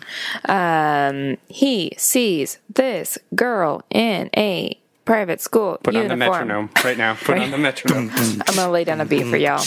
A: Um, he sees this girl in a private school
C: Put on
A: uniform.
C: the metronome right now. Put on the metronome.
A: I'm gonna lay down a beat for y'all.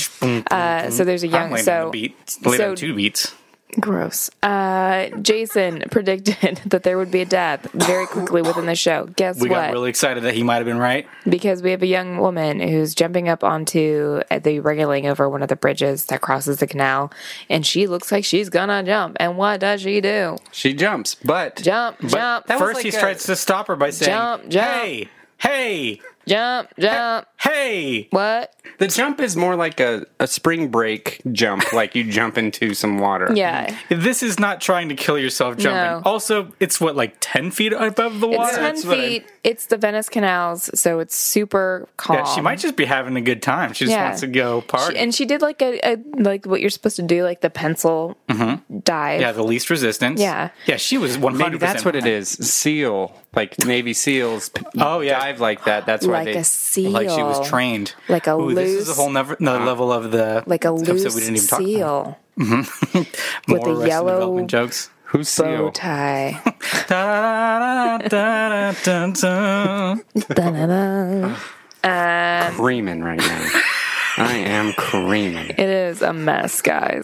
A: Uh, so there's a
B: I'm
A: young
B: laying down
A: so
B: a beat.
A: so
B: Laid down two beats.
A: gross. Uh, Jason predicted that there would be a death very quickly within the show. Guess
B: We
A: what?
B: got really excited that he might have been right.
A: because we have a young woman who's jumping up onto uh, the railing over one of the bridges that crosses the canal, and she looks like she's gonna jump. And what does she do?
C: She jumps, but
A: Jump, jump,
C: that was
B: First,
C: like
B: he
C: a-
B: tries to stop her by saying,
A: Jump, jump.
B: Hey, hey,
A: jump, jump.
B: hey.
A: What?
C: the jump is more like a, a spring break jump, like you jump into some water.
A: Yeah,
B: This is not trying to kill yourself jumping.
A: No.
B: Also, it's what, like 10 feet above the water?
A: it's ten
B: That's what I-
A: feet. It's the Venice canals, so it's super calm.
B: Yeah, she might just be having a good time. She just
A: Yeah.
B: wants to go party.
A: She- and she did like a, a like what you're supposed to do, like the pencil dive.
B: Mm-hmm. yeah, the least resistance.
A: Yeah.
B: Yeah, she was 100%.
C: Maybe that's what it is. Seal, like Navy SEALs. p-
B: Oh, yeah.
C: dive like that. That's why
A: Like
C: they.
A: a seal.
B: Like she was trained.
A: Like a
B: Ooh, this is a
A: loose-
B: whole never, another level of the
A: Like a
B: episode
A: loose
B: talk about.
A: seal
B: More
A: with
B: Arrested
A: a yellow
B: Development jokes.
C: Who's
A: bow
C: seal?
A: tie.
B: Da-da-da-da-da-da-da.
A: Da-da-da.
C: Creaming right now. I am creaming.
A: It is a mess, guys.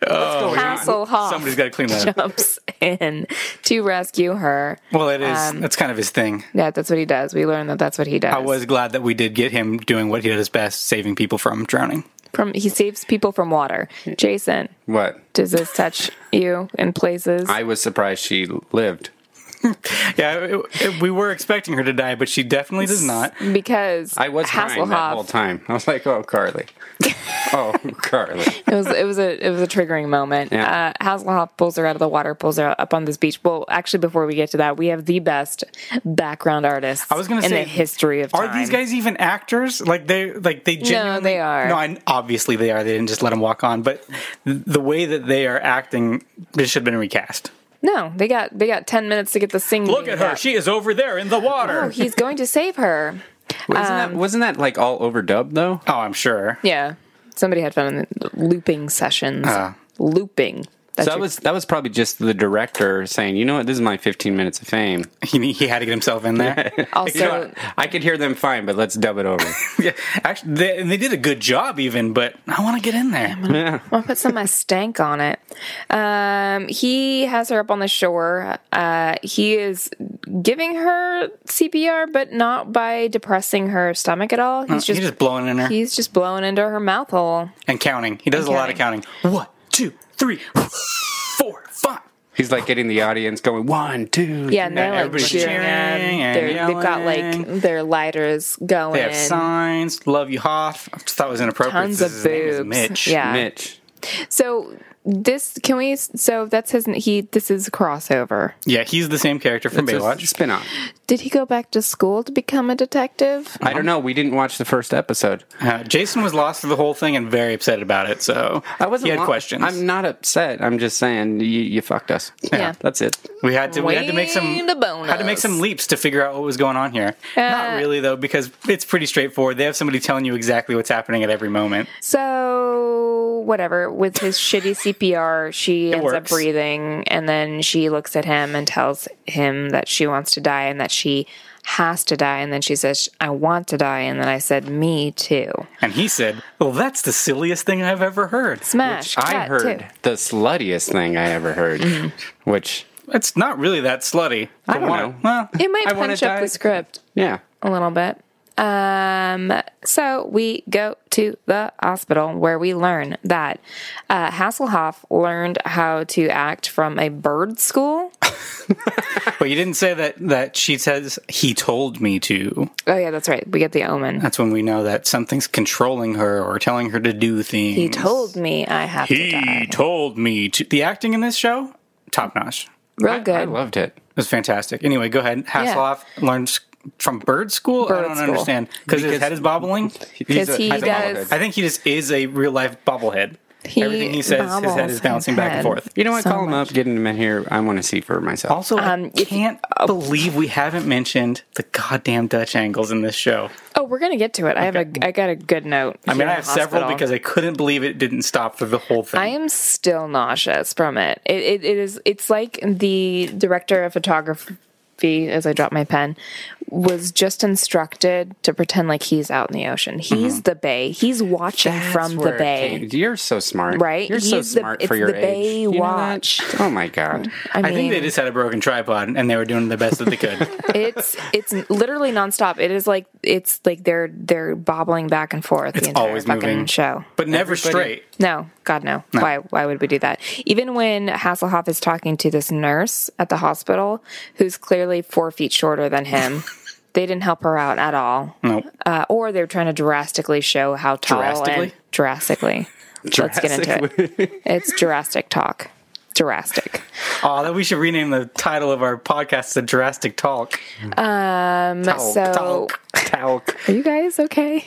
A: Hasselhoff
B: Somebody's got to clean that up.
A: jumps in to rescue her.
B: Well, it is. that's kind of his thing.
A: Yeah, that's what he does. We learn that that's what he does.
B: I was glad that we did get him doing what he does best, saving people from drowning.
A: from he saves people from water. Jason,
C: What?
A: does this touch you in places?
C: I was surprised she lived.
B: Yeah, it- it- we were expecting her to die, but she definitely does not.
A: because
C: I was crying that whole
A: Hasselhoff.
C: time. I was like, "Oh, Carly, oh, Carly."
A: It was it was a it was a triggering moment. Uh,
C: Yeah.
A: Hasselhoff pulls her out of the water, pulls her up on this beach. Well, actually, before we get to that, we have the best background artists.
B: I was going to
A: in
B: say
A: the history of
B: Are
A: time.
B: these guys even actors? Like they like they genuinely
A: they are.
B: No, I, obviously they are. They didn't just let him walk on, but th- the way that they are acting this should have been recast.
A: No, they got they got ten minutes to get the singing.
B: Look at her. She is over there in the
A: Oh,
B: water.
A: he's going to save her.
C: Wasn't, that, wasn't that like all overdubbed though?
B: Oh, I'm sure.
A: Yeah. Somebody had fun in the looping sessions. looping. That's
C: So that
A: your-
C: was that was probably just the director saying, "You know what? This is my 15 minutes of fame."
B: He, he had to get himself in there.
A: also
C: I could hear them fine, but let's dub it over.
B: yeah, actually, they, and they did a good job, even. But I want to get in there.
A: I'll put some of my stank on it. Um, he has her up on the shore. Uh, he is giving her CPR, but not by depressing her stomach at all. He's just,
B: He's just blowing in her
A: he's just blowing into her mouth hole.
B: and counting. He does a lot of counting. One, two, three, four, five.
C: He's like getting the audience going one, two.
A: Yeah, and they're
B: And
A: like
B: everybody's
A: cheering.
B: cheering
A: and
B: and
A: they're, they've got
B: yelling.
A: like their lighters going.
B: They have signs. Love you, Hoff. I just thought it was inappropriate.
A: Tons
B: since
A: of
B: his name is
A: boobs.
B: Mitch.
A: Yeah.
C: Mitch.
A: So this can we? So that's his. He this is crossover.
B: Yeah, he's the same character from
C: It's a
B: Baywatch.
C: spin-off.
A: Did he go back to school to become a detective?
C: I don't know. We didn't watch the first episode.
B: Uh, Jason was lost through the whole thing and very upset about it. So
C: I wasn't.
B: he had
C: lo-
B: questions.
C: I'm not upset. I'm just saying you, you fucked us.
A: Yeah.
C: that's it.
B: we had to we had to make some
A: Way to bonus.
B: had to make some leaps to figure out what was going on here.
C: Uh,
B: not really though, because it's pretty straightforward. They have somebody telling you exactly what's happening at every moment.
A: So whatever. With his shitty CPR, she ends up
B: works.
A: breathing, and then she looks at him and tells him that she wants to die and that she has to die, and then she says, "I want to die," and then I said, "Me too."
B: And he said, "Well, that's the silliest thing I've ever heard."
A: Smash.
C: I
A: cut,
C: heard
A: too. Mm-hmm.
C: the sluttiest thing I ever heard, which
B: It's not really that slutty.
C: I don't
B: Wanna-
C: know.
B: Well,
A: It might
C: I wanna
A: punch up
C: die.
A: the script.
C: yeah,
A: a little bit. Um, so we go to the hospital where we learn that uh, Hasselhoff learned how to act from a bird school.
B: but you didn't say that that she says he told me to.
A: Oh yeah, that's right. We get the omen.
B: That's when we know that something's controlling her or telling her to do things.
A: He told me I have to
B: He
A: die.
B: told me to. The acting in this show, top notch.
A: Real
C: I
A: good.
C: loved it.
B: It was fantastic. Anyway, go ahead. Hasselhoff learns from bird school? I
A: Bird
B: don't
A: school.
B: understand because his
C: Because-
B: head is bobbling.
C: He's
A: because
C: a-
A: he
C: he's a
A: does.
C: bobblehead.
B: I think he just is a real life bobblehead.
A: He
B: Everything he says, his head
A: bobbles
B: is
A: his
B: bouncing back and
A: head.
B: forth.
C: You know what?
A: So
C: Call him up, get him in here. I want to see for myself.
B: Also,
A: Um,
B: I
A: if-
B: can't believe we haven't mentioned the goddamn Dutch angles in this show.
A: Oh, we're gonna get to it. I have a. I got a good note.
B: I mean, I have several because I couldn't believe it didn't stop for the whole thing.
A: I am still nauseous from it. It, it. it is. It's like the director of photography, as I drop my pen, was just instructed to pretend like he's out in the ocean. He's the bay. He's watching
C: That's
A: from the
C: where it
A: bay.
C: came- You're so smart,
A: Right?
C: You're so
A: He's the-
C: smart
A: it's
C: for your
A: the bay
C: age. You know that?
A: watch.
C: Oh my god.
A: I mean,
B: I think they just had a broken tripod and they were doing the best that they could.
A: it's it's literally nonstop. It is like it's like they're they're bobbling back and forth
B: It's
A: the entire
B: always
A: fucking
B: moving.
A: show.
B: but never straight.
A: No, God, no. Why? Why would we do that? Even when Hasselhoff is talking to this nurse at the hospital, who's clearly four feet shorter than him, they didn't help her out at all.
B: No.
A: Uh, or they're trying to drastically show how tall
B: Drastically?
A: and drastically. Let's get into it. It's drastic talk. Drastic.
B: Oh, that we should rename the title of our podcast "The Drastic Talk."
A: Um, so,
B: talk, Mm-hmm. talk.
A: are you guys okay?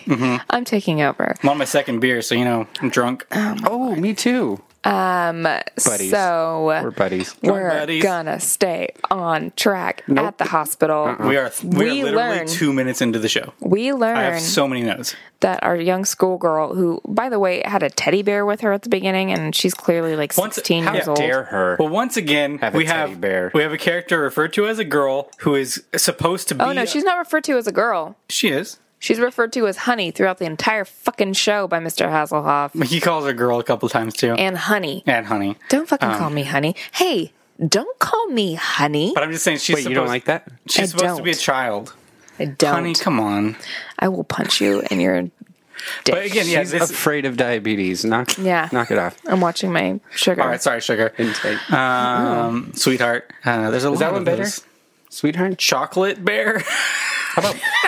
A: I'm taking over.
B: I'm on my second beer, so you know I'm drunk.
C: Oh, me too. Buddies.
A: Um, So
C: We're buddies.
A: we're
B: buddies.
A: gonna stay on track at the hospital.
B: We are we,
A: We
B: are literally
A: learn-
B: two minutes into the show.
A: We learn
B: Uh-uh. I have so many notes.
A: that our young schoolgirl, who, by the way, had a teddy bear with her at the beginning, and she's clearly like
B: Once-
A: 16
B: how
A: years old.
C: Dare her.
B: Well, once again,
C: Have a
B: we
C: teddy
B: have
C: bear.
B: we have a character referred to as a girl who is supposed to be.
A: Oh, no, she's not referred to as a girl.
B: she is.
A: She's referred to as Honey throughout the entire fucking show by Mr. Hasselhoff.
B: He calls her girl a couple times too, and,
A: And Honey.
B: honey.
A: Don't fucking call me Honey. Hey, don't call me Honey.
B: Um, But I'm just saying she's
C: Wait,
B: supposed
C: you don't like that?
B: she's
A: I
B: supposed to
A: don't.
B: be a child.
A: I don't.
B: Honey, come on.
A: I will punch you in your dick.
B: But again, yeah,
C: She's
B: this.
C: afraid of diabetes. Knock,
A: Yeah.
C: knock it off.
A: I'm watching my sugar.
B: all right, sorry, sugar.
A: Mm-hmm.
C: Intake.
B: Um, sweetheart. Uh, there's a lot
C: Is that one
B: of
C: better?
B: those.
C: Sweetheart,
B: Chocolate bear.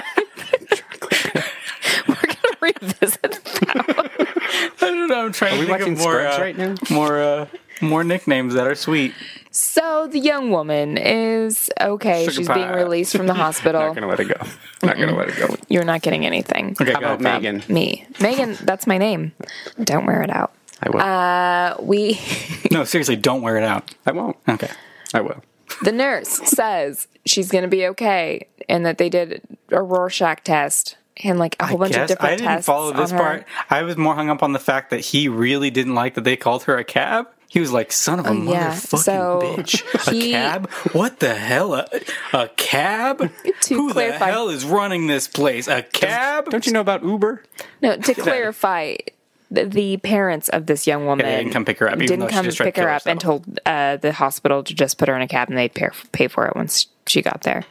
A: We're gonna revisit that. one.
B: I don't know. I'm trying
C: Are
B: to
C: we
B: think of
C: watching
B: more
C: Scrubs
B: uh,
C: right now?
B: more uh, more nicknames that are sweet.
A: So the young woman is okay.
B: Sugar
A: she's
B: pie.
A: being released from the hospital.
C: not gonna let it go. Not gonna let it go.
A: You're not getting anything.
B: Okay,
C: How about
B: got it.
C: Megan?
A: Me. Megan, that's my name. Don't wear it out.
C: I will.
A: Uh, we,
B: No, seriously, don't wear it out.
C: I won't.
B: Okay.
C: I will.
A: the nurse says she's going to be okay and that they did a Rorschach test and like a whole bunch of
B: Yes,
A: different
B: I didn't
A: tests.
B: follow this
A: on her.
B: part. I was more hung up on the fact that he really didn't like that they called her a cab. He was like, "Son of a
A: Oh, yeah.
B: motherfucking
A: So,
B: bitch, a
A: he-
B: cab? What the hell? A, a cab?
A: To
B: Who the
A: clarify-
B: hell is running this place? A cab?
C: Don't you know about Uber?
A: No, to clarify, the, the parents of this young woman
B: didn't come pick her up, even
A: didn't
B: though she
A: come
B: just tried to
A: pick her
B: kill
A: up and told uh, the hospital to just put her in a cab and they'd pay, pay for it once she got there.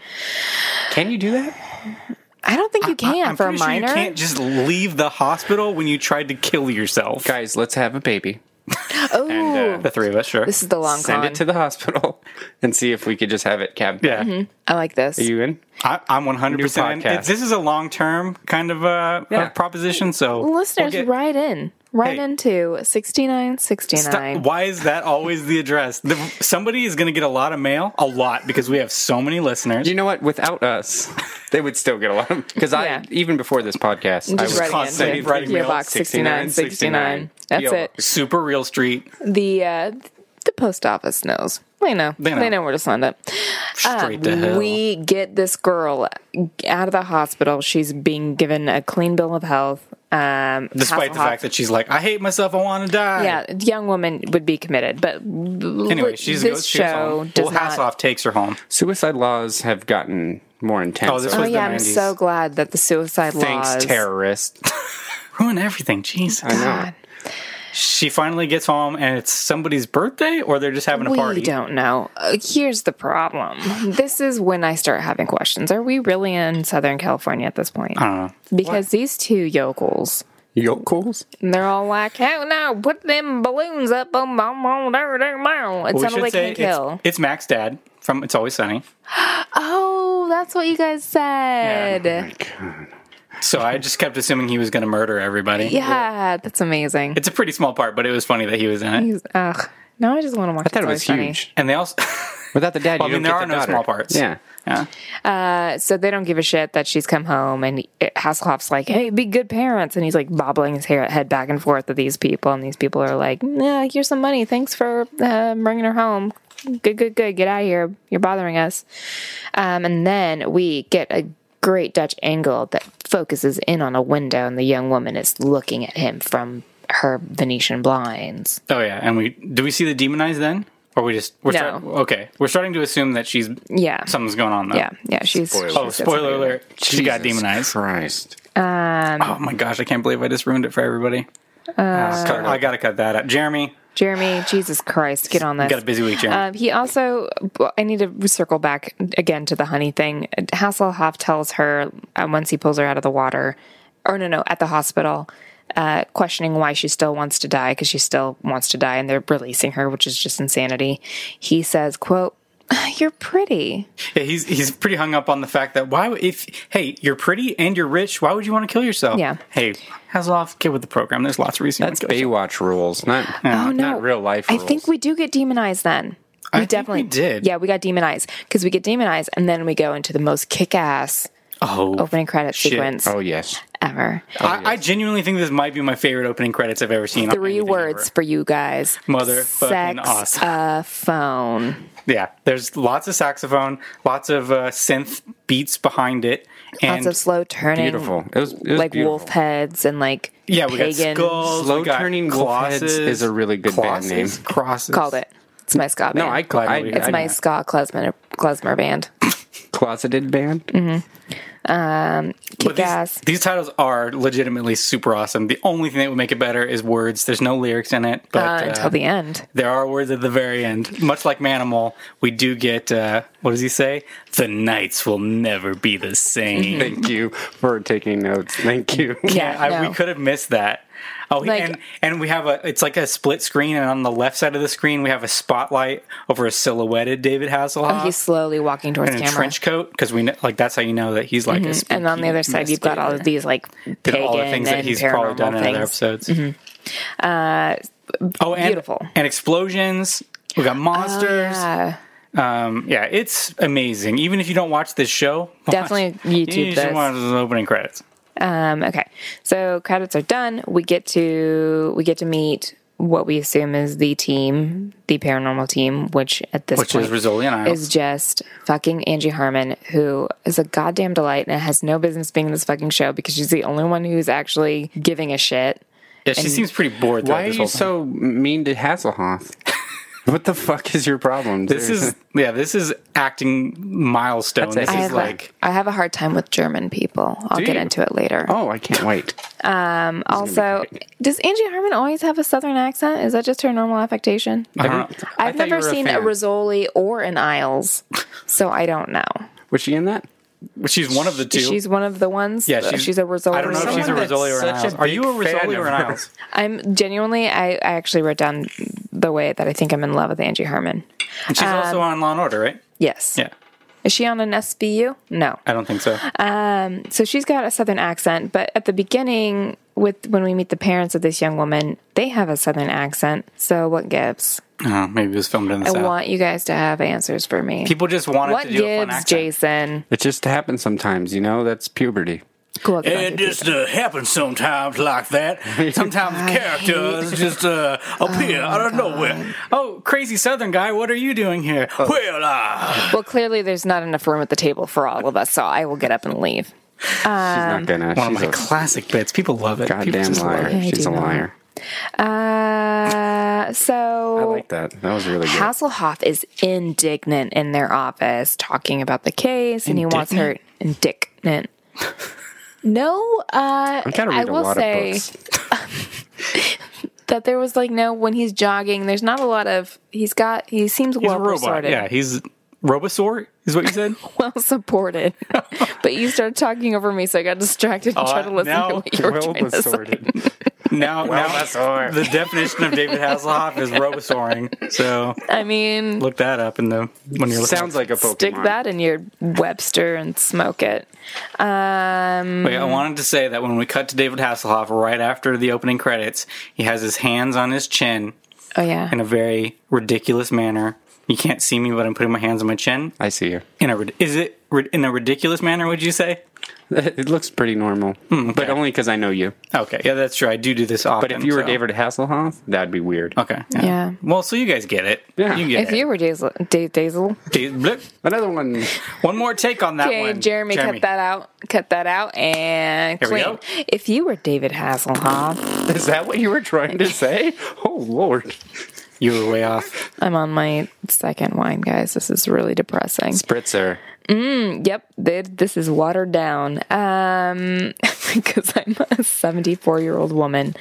C: Can you do that?
A: I don't think you can
B: I'm
A: for a
B: pretty sure
A: minor.
B: you can't just leave the hospital when you tried to kill yourself.
C: Guys, let's have a baby. uh,
A: oh,
B: The three of us, sure.
A: this is the long
C: Send
A: con.
C: it to the hospital and see if we could just have it cabbed.
B: yeah.
A: I like this.
C: Are you in?
B: I, I'm 100.
C: New
B: percent
C: podcast.
B: This is a long term kind of uh,
C: Yeah.
B: uh, proposition. So we'll
A: listeners
B: get-
A: right in right
B: Hey.
A: into 6969
B: Stop- Why is that always the address? The, somebody is going to get a lot of mail, a lot, because we have so many listeners.
C: You know what? Without us, they would still get a lot of because I
A: Yeah.
C: even before this podcast, I
A: just
C: was
A: writing
B: constantly
A: into
B: writing
A: PO
B: mail,
A: box 6969 that's
C: PO
A: it
B: Super Real Street,
A: the uh the post office knows they know they
B: They
A: know,
B: know.
A: where to send it
B: straight to hell.
A: we get this girl out of the hospital she's being given a clean bill of health um
B: Despite the
A: Hasselhoff-
B: fact that she's like, I hate myself, I want to die.
A: yeah, the young woman would be committed, but
B: Anyway, she's
A: this
B: goes, she goes
A: show
B: home.
A: does
B: well,
A: not.
B: Hasselhoff takes her home.
C: Suicide laws have gotten more intense.
B: Oh, this
A: Oh
B: was the
A: yeah, I'm
B: 90s.
A: so glad that the suicide
C: thanks,
A: laws.
C: terrorist.
B: Ruin everything. Jesus.
C: I know.
B: She finally gets home, and it's somebody's birthday, or they're just having a
A: we
B: party.
A: don't know. Uh, here's the problem. This is when I start having questions. Are we really in Southern California at this point? I
B: don't know.
A: Because these two yokels,
C: Yokels?
A: and they're all like, "Hell no, put them balloons up, boom, boom, boom, there, there, boom." It
B: Well, we
A: sounded
B: should
A: like
B: say
A: Hank
B: it's-
A: Hill.
B: It's, Mac's dad from It's Always Sunny.
A: Oh, that's what you guys said. Yeah,
B: So I just kept assuming he was going to murder everybody.
A: that's amazing.
B: It's a pretty small part, but it was funny that he was in it.
A: He's- Ugh. Now I just want to watch.
C: I thought it
A: It's
C: was
A: Always Funny.
C: huge.
B: And they also,
C: Without the dad,
B: Well, I
C: you
B: mean, there
C: don't get
B: are no
C: the daughter.
B: small parts.
C: Yeah,
B: Yeah.
A: Uh, so they don't give a shit that she's come home, and Hasselhoff's like, "Hey, be good parents," and he's like bobbling his hair, head back and forth at these people, and these people are like, "Nah, here's some money. Thanks for uh, bringing her home. Good, good, good. Get out of here. You're bothering us." Um, and then we get a great Dutch angle that focuses in on a window, and the young woman is looking at him from her Venetian blinds.
B: Oh yeah, and we do we see the demon eyes then, or we just we're
A: No.
B: start- okay? We're starting to assume that she's
A: Yeah,
B: something's going on though.
A: yeah, yeah. She's she's
B: Oh,
A: got something
B: spoiler alert! She got
C: Jesus
B: demon eyes.
C: Christ.
B: Oh my gosh, I can't believe I just ruined it for everybody. Uh, cut- I gotta cut that out. Jeremy,
A: Jeremy, Jesus Christ, get on this.
B: got a busy week, Jeremy.
A: Um, he also, I need to circle back again to the honey thing. Hasselhoff tells her uh, once he pulls her out of the water, or no, no, at the hospital, uh, questioning why she still wants to die because she still wants to die, and they're releasing her, which is just insanity. He says, "quote "Ah, You're pretty."
B: Yeah, he's he's pretty hung up on the fact that why would- if hey you're pretty and you're rich why would you want to kill yourself?
A: Yeah.
B: Hey, Hasselhoff, get with the program. There's lots of reasons.
C: That's Baywatch rules, not
A: Oh no,
C: not real life.
A: I
C: Rules.
A: think we do get demonized then. We
B: think
A: definitely
B: we did.
A: Yeah, we got demonized because we get demonized, and then we go into the most kick-ass
B: Oh,
A: opening credit
B: shit.
A: sequence
C: Oh yes.
A: ever.
B: I, I genuinely think this might be my favorite opening credits I've ever seen. on
A: Three
B: anything
A: words for you guys.
B: ever. Mother fucking
A: Sex
B: awesome.
A: a phone.
B: yeah, there's lots of saxophone, lots of uh, synth beats behind it, and
A: Lots of slow turning.
C: Beautiful. It was, it was
A: like
C: beautiful.
A: wolf heads and like
B: yeah, we
A: pagan.
B: got skulls.
C: Slow
B: we got
C: Turning Wolf Heads
B: clauses.
C: is a really good band
B: Clauses?
C: name.
B: Crosses.
A: Called it. It's my ska band.
C: No, I,
B: Glad
C: I,
B: we-
C: I,
A: it's my ska klezmer, klezmer band.
C: closeted band.
A: Mm-hmm.
B: But
A: Kick
B: these,
A: ass.
B: these titles are legitimately super awesome. The only thing that would make it better is words. There's no lyrics in it, but
A: Uh,
B: uh,
A: until the end.
B: there are words at the very end. Much like Manimal, we do get uh, what does he say? The nights will never be the same.
C: Thank you for taking notes. Thank you.
A: Mm-hmm. Yeah,
B: I,
A: no.
B: we could have missed that. Oh,
A: Like-
B: and and we have a it's like a split screen, and on the left side of the screen we have a spotlight over a silhouetted David Hasselhoff
A: Oh, He's slowly walking towards
B: in a
A: camera. Mm-hmm.
B: trench coat because we know, like that's how you know that he's like a spooky
A: and on the other side, you've got all of
B: investigator.
A: these like
B: Did
A: pagan
B: all the things that
A: and
B: he's probably
A: paranormal
B: done in other
A: things. Mm-hmm. Uh,
B: episodes. oh, and,
A: beautiful. Oh,
B: and explosions. We got monsters.
A: Yeah,
B: Um, yeah, it's amazing. Even if you don't watch this show, watch-
A: Definitely YouTube
B: You should
A: this.
B: watch the opening credits.
A: Um, okay, so credits are done. We get to we get to meet what we assume is the team, the paranormal team, which at this
B: Which
A: point
B: is Rizzoli and Isles.
A: is just fucking Angie Harmon, who is a goddamn delight and has no business being in this fucking show because she's the only one who's actually giving a shit.
B: Yeah, she seems pretty bored. throughout
C: Why are
B: this whole
C: you
B: thing.
C: so mean to Hasselhoff? what the fuck is your problem?
B: This is yeah. This is acting milestone.
C: That's it.
B: This
C: I
B: is
A: have
B: like
A: a, I have a hard time with German people. I'll
C: Do
A: get
C: you?
A: into it later.
C: Oh, I can't wait.
A: also, does Angie Harmon always have a southern accent? Is that just her normal affectation?
B: I don't know.
C: I
A: I've
C: thought you
A: never
C: were a
A: seen a,
C: fan.
A: Rizzoli or an Isles, so I don't know.
C: Was she in that?
B: She's one of the two.
A: She's one of the ones.
B: yeah, she's,
A: a Rizzoli.
B: I don't know if she's a
A: someone.
C: that's
B: Rizzoli or an
C: such a
B: Isles. Are
C: big
B: you a
C: fan
B: Rizzoli
C: of
B: or an
C: her.
B: Isles?
A: I'm genuinely. I, I actually wrote down the way that I think I'm in love with Angie Harmon.
B: And she's also
A: Um,
B: on Law and Order, right?
A: Yes.
B: Yeah,
A: Is she on an SVU? No.
B: I don't think so.
A: Uh, So she's got a southern accent, but at the beginning, with when we meet the parents of this young woman, they have a southern accent. So what gives?
B: oh, maybe it was filmed in the
A: I
B: south.
A: want you guys to have answers for me.
B: People just wanted
A: what
B: to do a fun
A: gives,
B: accent.
A: Jason?
C: It just happens sometimes, you know? That's puberty.
A: Cool. I can
F: It
A: do
F: just uh, happens sometimes like that. Sometimes characters just uh, appear out of nowhere.
B: Oh, crazy Southern guy, what are you doing here?
F: Well, uh,
A: Well, clearly there's not enough room at the table for all of us, so I will get up and leave.
C: She's
A: Um,
C: not gonna.
B: One of
C: She's
B: my
C: a
B: classic bits. People love it. People
C: goddamn
B: just love
C: liar.
B: it.
A: I
C: She's
A: do
C: a
A: not.
C: liar.
A: Uh, so
C: I like that. That was really good.
A: Hasselhoff is indignant in their office talking about the case, and he wants her indignant. No, uh,
C: I gotta read
A: I
C: a
A: will
C: lot
A: say
C: of books.
A: that there was like no when he's jogging. There's not a lot of he's got he seems
B: He's
A: well
B: a robot.
A: sorted,
B: Yeah, he's Robosaur, is what you said?
A: well supported. but you started talking over me, so I got distracted and
B: Oh,
A: tried to listen
B: now
A: to what you were
C: Well
A: trying to say.
C: assorted.
B: now, now
C: Robosaur.
B: the definition of David Hasselhoff is Robosauring. So
A: I mean,
B: look that up in the when you're looking.
C: Sounds like a Pokemon.
A: stick that in your Webster and smoke it. Um,
B: Wait, I wanted to say that when we cut to David Hasselhoff right after the opening credits, he has his hands on his chin
A: oh yeah,
B: in a very ridiculous manner. You can't see me, but I'm putting my hands on my chin.
C: I see you.
B: In a rid- is it rid- in a ridiculous manner? Would you say?
C: It looks pretty normal,
B: Hmm,
C: but only because I know you.
B: Okay, yeah, that's true. I do do this often.
C: But if you were
B: so-
C: David Hasselhoff, that'd be weird.
B: okay,
A: Yeah.
B: Well, so you guys get it.
C: Yeah.
B: you get
A: If you were Daisel, da- Daisel,
B: it. Blip.
C: Another one.
B: One more take on that
A: okay,
B: one,
A: Jeremy, cut that out, cut that out, and
B: Here we
A: clean.
B: go.
A: If you were David Hasselhoff,
C: Is that what you were trying to say? Oh Lord!
B: You were way off.
A: I'm on my second wine, guys. This is really depressing.
C: Spritzer.
A: Yep, th- this is watered down. Um, because I'm a 74 year old woman.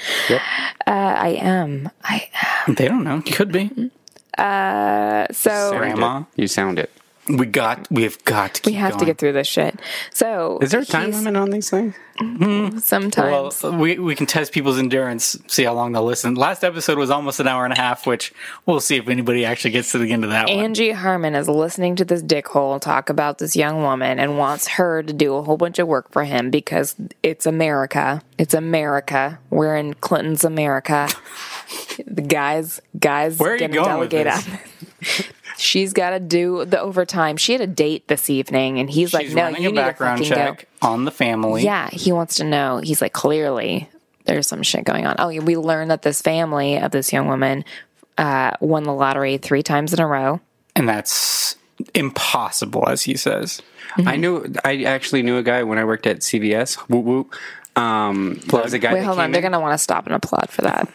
A: Uh, I am. I
B: They don't know. Could be.
A: so
C: Sound
B: Grandma?
C: it. You sound it.
B: We got. We've got. To
A: we have to get through this shit. So
C: Is there a time
A: he's-
C: limit on these things?
A: Sometimes.
B: Well, we, we can test people's endurance, see how long they'll listen. Last episode was almost an hour and a half, which we'll see if anybody actually gets to the end of that one.
A: Angie Harmon is listening to this dickhole talk about this young woman and wants her to do a whole bunch of work for him because it's America. It's America. We're in Clinton's America. The guys, guys,
B: Where are you
A: gonna
B: going with
A: delegate
B: this?
A: on this. She's got to do the overtime. She had a date this evening, and he's like,
B: She's
A: "No,
B: running
A: you
B: a
A: need
B: background
A: to fucking go."
B: check on the family.
A: Yeah, he wants to know. He's like, clearly there's some shit going on. Oh, yeah, we learned that this family of this young woman uh, won the lottery three times in a row.
B: And that's impossible, as he says.
C: I knew. I actually knew a guy when I worked at CVS. Woo woo. Um, there was a guy.
A: Wait,
C: that
A: hold on.
C: came
A: They're
C: in-
A: going to want to stop and applaud for that.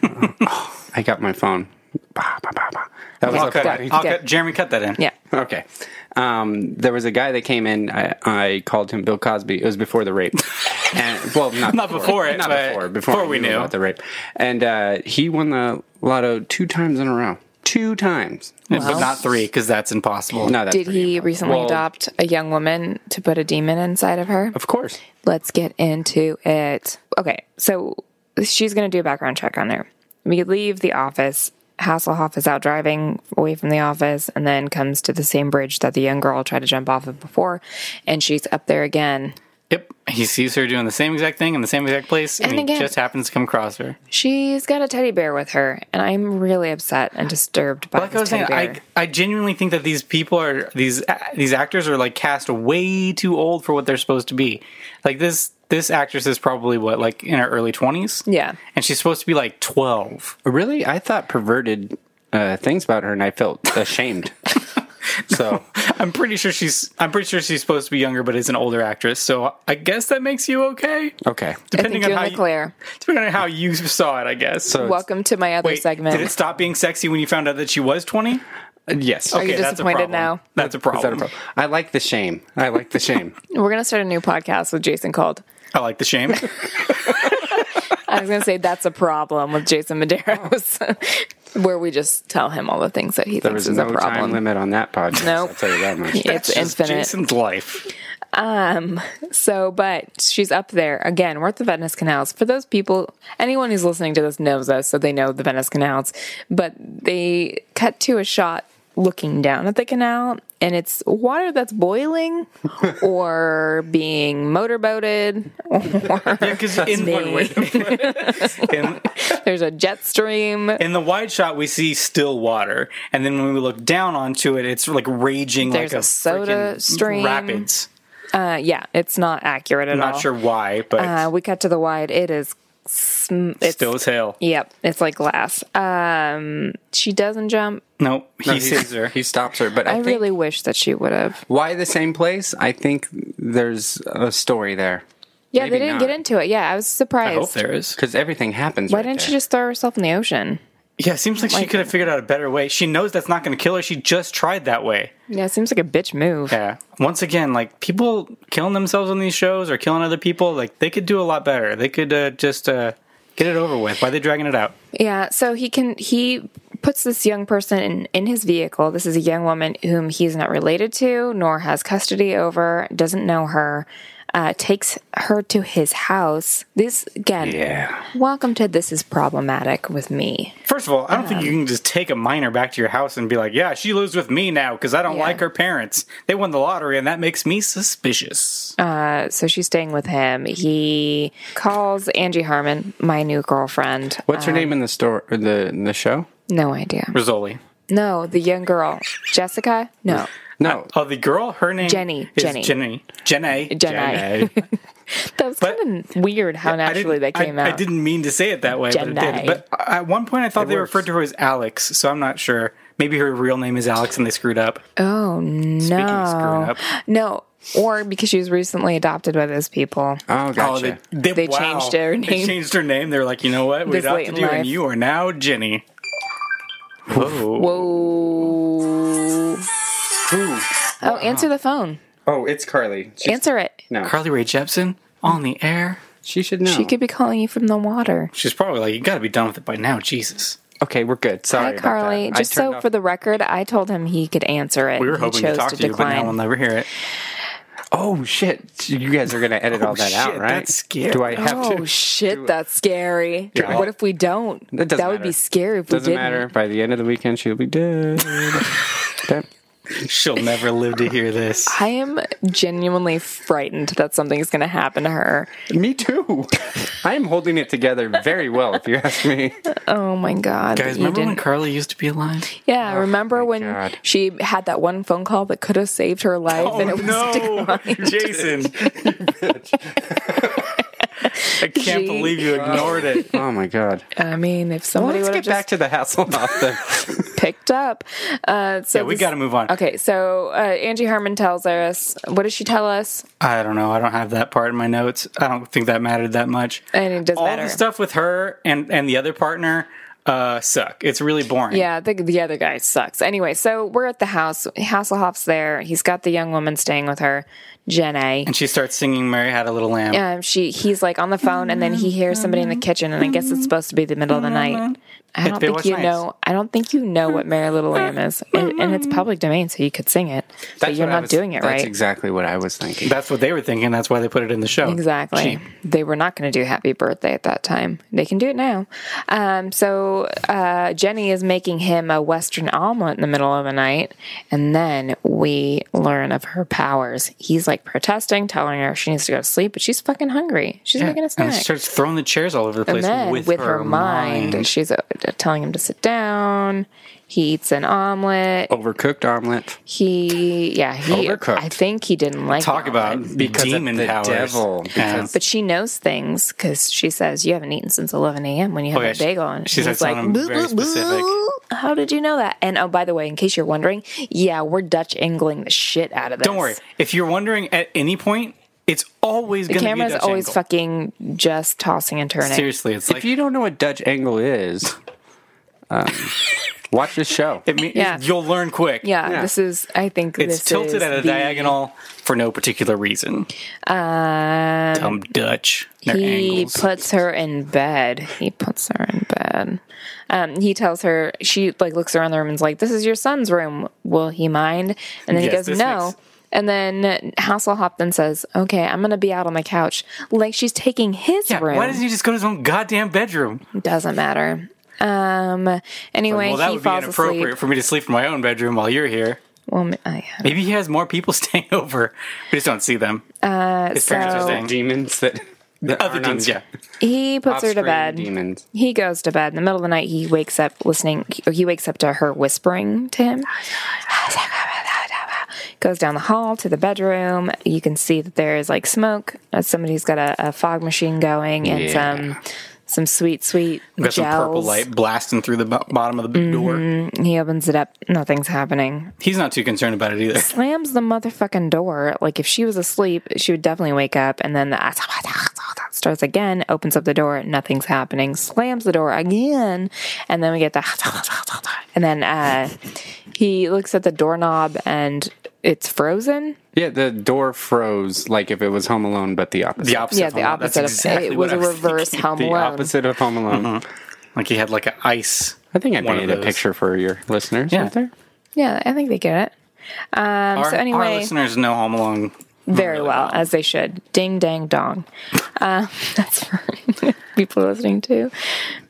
C: I got my phone. Bah, bah, bah, bah. That was
B: I'll
C: a
B: cut,
C: funny-
B: I'll
A: Good.
B: cut, Jeremy, cut that in.
A: yeah.
C: Okay. Um, there was a guy that came in. I, I called him Bill Cosby. It was before the rape. And, well, not,
B: Not before it,
C: Not
B: but
C: before. Before,
B: before
C: I
B: we
C: knew
B: knew.
C: about the rape. And uh, he won the lotto two times in a row. Two times.
B: But not three, because that's impossible.
C: No, that's
A: Did
C: pretty-
A: he recently
C: Well-
A: adopt a young woman to put a demon inside of her?
C: Of course.
A: Let's get into it. Okay, so she's going to do a background check on her. We leave the office. Hasselhoff is out driving away from the office and then comes to the same bridge that the young girl tried to jump off of before, and she's up there again.
B: Yep. He sees her doing the same exact thing in the same exact place, and,
A: And
B: he
A: again-
B: just happens to come across her.
A: She's got a teddy bear with her, and I'm really upset and disturbed by
B: Like I
A: this
B: was saying,
A: teddy bear.
B: I, I genuinely think that these people are these these actors are like cast way too old for what they're supposed to be. Like this this actress is probably what like in her early twenties.
A: Yeah.
B: and she's supposed to be like twelve.
C: Really? I thought perverted uh, things about her and I felt ashamed. so,
B: I'm pretty sure she's I'm pretty sure she's supposed to be younger, but is an older actress. So I guess that makes you okay,
C: okay.
A: I think
B: depending
A: you're
B: on
A: in
B: how
A: the
B: you,
A: clear.
B: depending on how you saw it. I guess. So
A: Welcome to my other
B: wait,
A: segment.
B: did it stop being sexy when you found out that she was twenty?
C: uh, Yes.
A: you
B: that's a
A: disappointed
B: problem.
A: now?
B: That's a problem.
C: Is that a problem? I like the shame. I like the shame.
A: We're gonna start a new podcast with Jason called.
B: I like the shame.
A: I was gonna say that's a problem with Jason Medeiros, where we just tell him all the things that he
C: There
A: thinks
C: was
A: is
C: no
A: a problem.
C: time limit on that podcast.
A: Nope.
C: I'll tell you that much.
A: It's
B: Just
A: infinite.
B: Jason's life.
A: So, but she's up there again. We're at the Venice Canals. For those people, anyone who's listening to this knows us, so they know the Venice Canals. But they cut to a shot looking down at the canal, and it's water that's boiling or being motorboated.
B: Yeah, because in
A: me.
B: in,
A: There's a jet stream.
B: in the wide shot we see still water, and then when we look down onto it, it's like raging
A: There's
B: like
A: a soda
B: freaking
A: stream.
B: rapids.
A: Uh, yeah, it's not accurate at
B: I'm
A: all.
B: not sure why, but
A: Uh, we cut to the wide. It is. Sm- it's, e-
B: still as hell.
A: Yep, it's like glass. Um, she doesn't jump.
B: No, he
C: No,
B: sees her.
C: He stops her. But I,
A: I,
C: think
A: really wish that she would have.
C: why the same place? I think there's a story there
A: Yeah,
C: maybe
A: they didn't
C: not.
A: get into it. Yeah, I was
B: I hope
A: surprised.
B: there is.
C: because everything happens.
A: Why
C: right
A: didn't she
C: there.
A: just throw herself in the ocean?
B: Yeah, it seems like, she could have figured out a better way. She knows that's not going to kill her. She just tried that way.
A: Yeah, it seems like a bitch move.
B: Yeah. Once again, like people killing themselves on these shows or killing other people, like they could do a lot better. They could uh, just uh, get it over with. Why are they dragging it out?
A: Yeah, so he can he puts this young person in, in his vehicle. This is a young woman whom he's not related to, nor has custody over, doesn't know her. Uh, takes her to his house. This again,
C: Yeah.
A: welcome to this is problematic with me.
B: First of all, I don't think you can just take a minor back to your house and be like, "Yeah, she lives with me now because I don't
A: Yeah.
B: like her parents. They won the lottery, and that makes me suspicious."
A: Oh. So she's staying with him. He calls Angie Harmon, my new girlfriend.
C: What's her name in the store? The in the show?
A: No idea.
B: Rizzoli.
A: No, the young girl. Jessica? No.
C: No,
A: Uh,
B: Oh, the girl, her name
A: Jenny,
B: is
A: Jenny.
B: Jenny. Jenny.
A: Jenny. That was
B: But-
A: kind of weird how
B: I
A: naturally
B: didn't-
A: that came
B: I,
A: out.
B: I didn't mean to say it that way, but it
A: Jenny.
B: did. But at one point, I thought they referred to her as Alex, so I'm not sure. Maybe her real name is Alex, and they screwed up.
A: Oh
B: Speaking of screwing
A: no,
B: up.
A: no, or because she was recently adopted by those people.
C: oh,
B: Oh,
C: gotcha.
B: they, they,
A: They
B: wow.
A: changed their
B: They
A: name.
B: changed her name. They were like, you know what? We
A: This late
B: adopted
A: in
B: you, and
A: life.
B: you are now Jenny. Whoa.
A: Whoa! Oh, answer the phone.
C: oh, it's Carly. She's-
A: Answer it.
B: Carly Rae Jepsen on the air.
C: She should know.
A: She could be calling you from the water.
B: She's probably like, you got to be done with it by now, Jesus.
C: okay, we're good. Sorry,
A: Hi,
C: about
A: Carly.
C: that. I
A: Just
C: turned
A: so
C: off-
A: for the record, I told him he could answer it.
B: We were
A: He
B: hoping to
A: chose
B: talk to, you, but now we'll never hear it.
C: Oh shit! You guys are gonna edit all that out,
B: shit,
C: right?
B: that's scary.
C: Do I have
A: Oh
C: to?
A: shit, that's scary. What if we don't?
C: That doesn't
A: would
C: matter.
A: be scary if
C: Doesn't
A: we didn't.
C: matter. By the end of the weekend, she'll be dead. That-
B: She'll never live to hear this.
A: I am genuinely frightened that something's going to happen to her.
C: me too. I am holding it together very well, if you ask me.
A: Oh my god,
B: Guys,
A: you
B: remember when
A: didn't-
B: Carly used to be alive?
A: Yeah, remember when
C: Oh God.
A: she had that one phone call that could have saved her life
B: Oh,
A: and it was declined?
B: Jason! I can't
A: Gee.
B: believe you ignored it.
C: Oh my god.
A: I mean, if somebody
C: Let's
A: would
C: get
A: have
C: back
A: just
C: to the Hasselhoff thing.
A: picked up, uh, so
B: Yeah, we
A: this-
B: got to move on.
A: Okay, so uh, Angie Harmon tells us what does she tell us?
B: I don't know. I don't have that part in my notes. I don't think that mattered that much.
A: And it doesn't
B: All
A: matter.
B: the stuff with her and and the other partner uh, suck. It's really boring.
A: Yeah, the, the other guy sucks. Anyway, so we're at the house. Hasselhoff's there. He's got the young woman staying with her, Jenna.
B: And she starts singing "Mary Had a Little Lamb."
A: um, she he's like on the phone, and then he hears somebody in the kitchen, and I guess it's supposed to be the middle of the night. I don't
B: they
A: think
B: watch
A: you
B: nights.
A: know. I don't think you know what "Mary Little Lamb" is, and, and it's public domain, so you could sing it, but
C: That's
A: you're
C: what I
A: not
C: was-
A: doing it
C: That's
A: right.
C: exactly what I was thinking.
B: That's what they were thinking. That's why they put it in the show.
A: Exactly. They were not going to do happy birthday at that time. They can do it now. Um, so uh, Jenny is making him a Western omelet in the middle of the night. And then we learn of her powers. He's like protesting, telling her she needs to go to sleep, but she's fucking hungry. She's making a snack.
B: And she starts throwing the chairs all over the place
A: And then
B: with,
A: with, her, mind, she's uh, telling him to sit down. He eats an omelet.
B: Oh.
C: Overcooked omelet.
A: He, yeah, he,
C: Overcooked.
A: I think he didn't like
B: Talk
A: the
B: about
A: omelet.
C: Because of
B: demon
C: the
B: powers.
C: devil.
B: Yeah.
C: Because-
A: But she knows things because she says you haven't eaten since 11 a.m. when you have
B: Oh, yeah,
A: that
B: she-
A: bagel. And
B: she
A: she's
B: said
A: like,
B: something
A: "Boo,
B: very
A: boo, boo.
B: specific."
A: How did you know that? And oh, by the way, in case you're wondering, yeah, we're Dutch angling the shit out of this.
B: Don't worry. If you're wondering at any point, it's always
A: The
B: going to be a
A: camera's
B: Dutch
A: always
B: angle.
A: fucking just tossing and turning.
B: Seriously, it's like
C: if you don't know what Dutch angle is, um, watch this show.
B: it mean,
A: Yeah.
B: you'll learn quick.
A: Yeah,
C: Yeah.
A: this is, I think
B: It's
A: this
B: tilted
A: is
B: at a
A: the-
B: diagonal for no particular reason.
A: Um,
B: Dumb Dutch. Their
A: he
B: angles.
A: puts her in bed. He puts her in bed. Um, he tells her she like looks around the room and's like, "This is your son's room. Will he mind?" And then
B: Yes,
A: he goes,
B: this
A: "No."
B: makes-
A: And then Hasselhoff then says, "Okay, I'm gonna be out on the couch." Like she's taking his
B: yeah,
A: room.
B: why doesn't he just go to his own goddamn bedroom?
A: Doesn't matter. Um. Anyway,
B: well, that
A: he
B: would be
A: falls
B: inappropriate
A: asleep.
B: for me to sleep in my own bedroom while you're here.
A: Well, uh, ma- I-
B: Maybe he has more people staying over. We just don't see them. Uh, his parents are
A: so-
B: staying.
C: demons that, that
B: Other
C: aren't on-
B: demons, yeah.
A: he puts her to
C: Off-screen
A: bed.
C: Demons.
A: He goes to bed in the middle of the night. He wakes up listening. Or he wakes up to her whispering to him. Goes down the hall to the bedroom. You can see that there is like smoke. Uh, somebody's got a, a fog machine going and
C: Yeah.
A: some some sweet sweet
B: Got some purple
A: gels. Mm-hmm.
B: light blasting through the bo- bottom of the door.
A: He opens it up. Nothing's happening.
B: He's not too concerned about it either.
A: Slams the motherfucking door. Like if she was asleep, she would definitely wake up. And then the starts again. Opens up the door. Nothing's happening. Slams the door again. And then we get the and then uh, he looks at the doorknob and it's frozen.
C: Yeah, the door froze like if it was Home Alone, but the opposite.
B: The opposite.
A: yeah,
B: of
A: the
B: Home Alone. That's
A: opposite
B: exactly
A: of it
B: what
A: was
B: I
A: a reverse
B: thinking.
A: Home
C: the
A: Alone.
C: opposite of Home Alone.
B: Like he had like an ice.
C: I think I
B: Mm-hmm. one of
C: painted a
B: those.
C: picture for your listeners.
B: Yeah.
C: right there.
A: Yeah, I think they get it. Um,
B: Our,
A: so
B: our
A: anyway,
B: listeners know Home Alone.
A: very well as they should. Ding dang dong. Um, that's for people listening to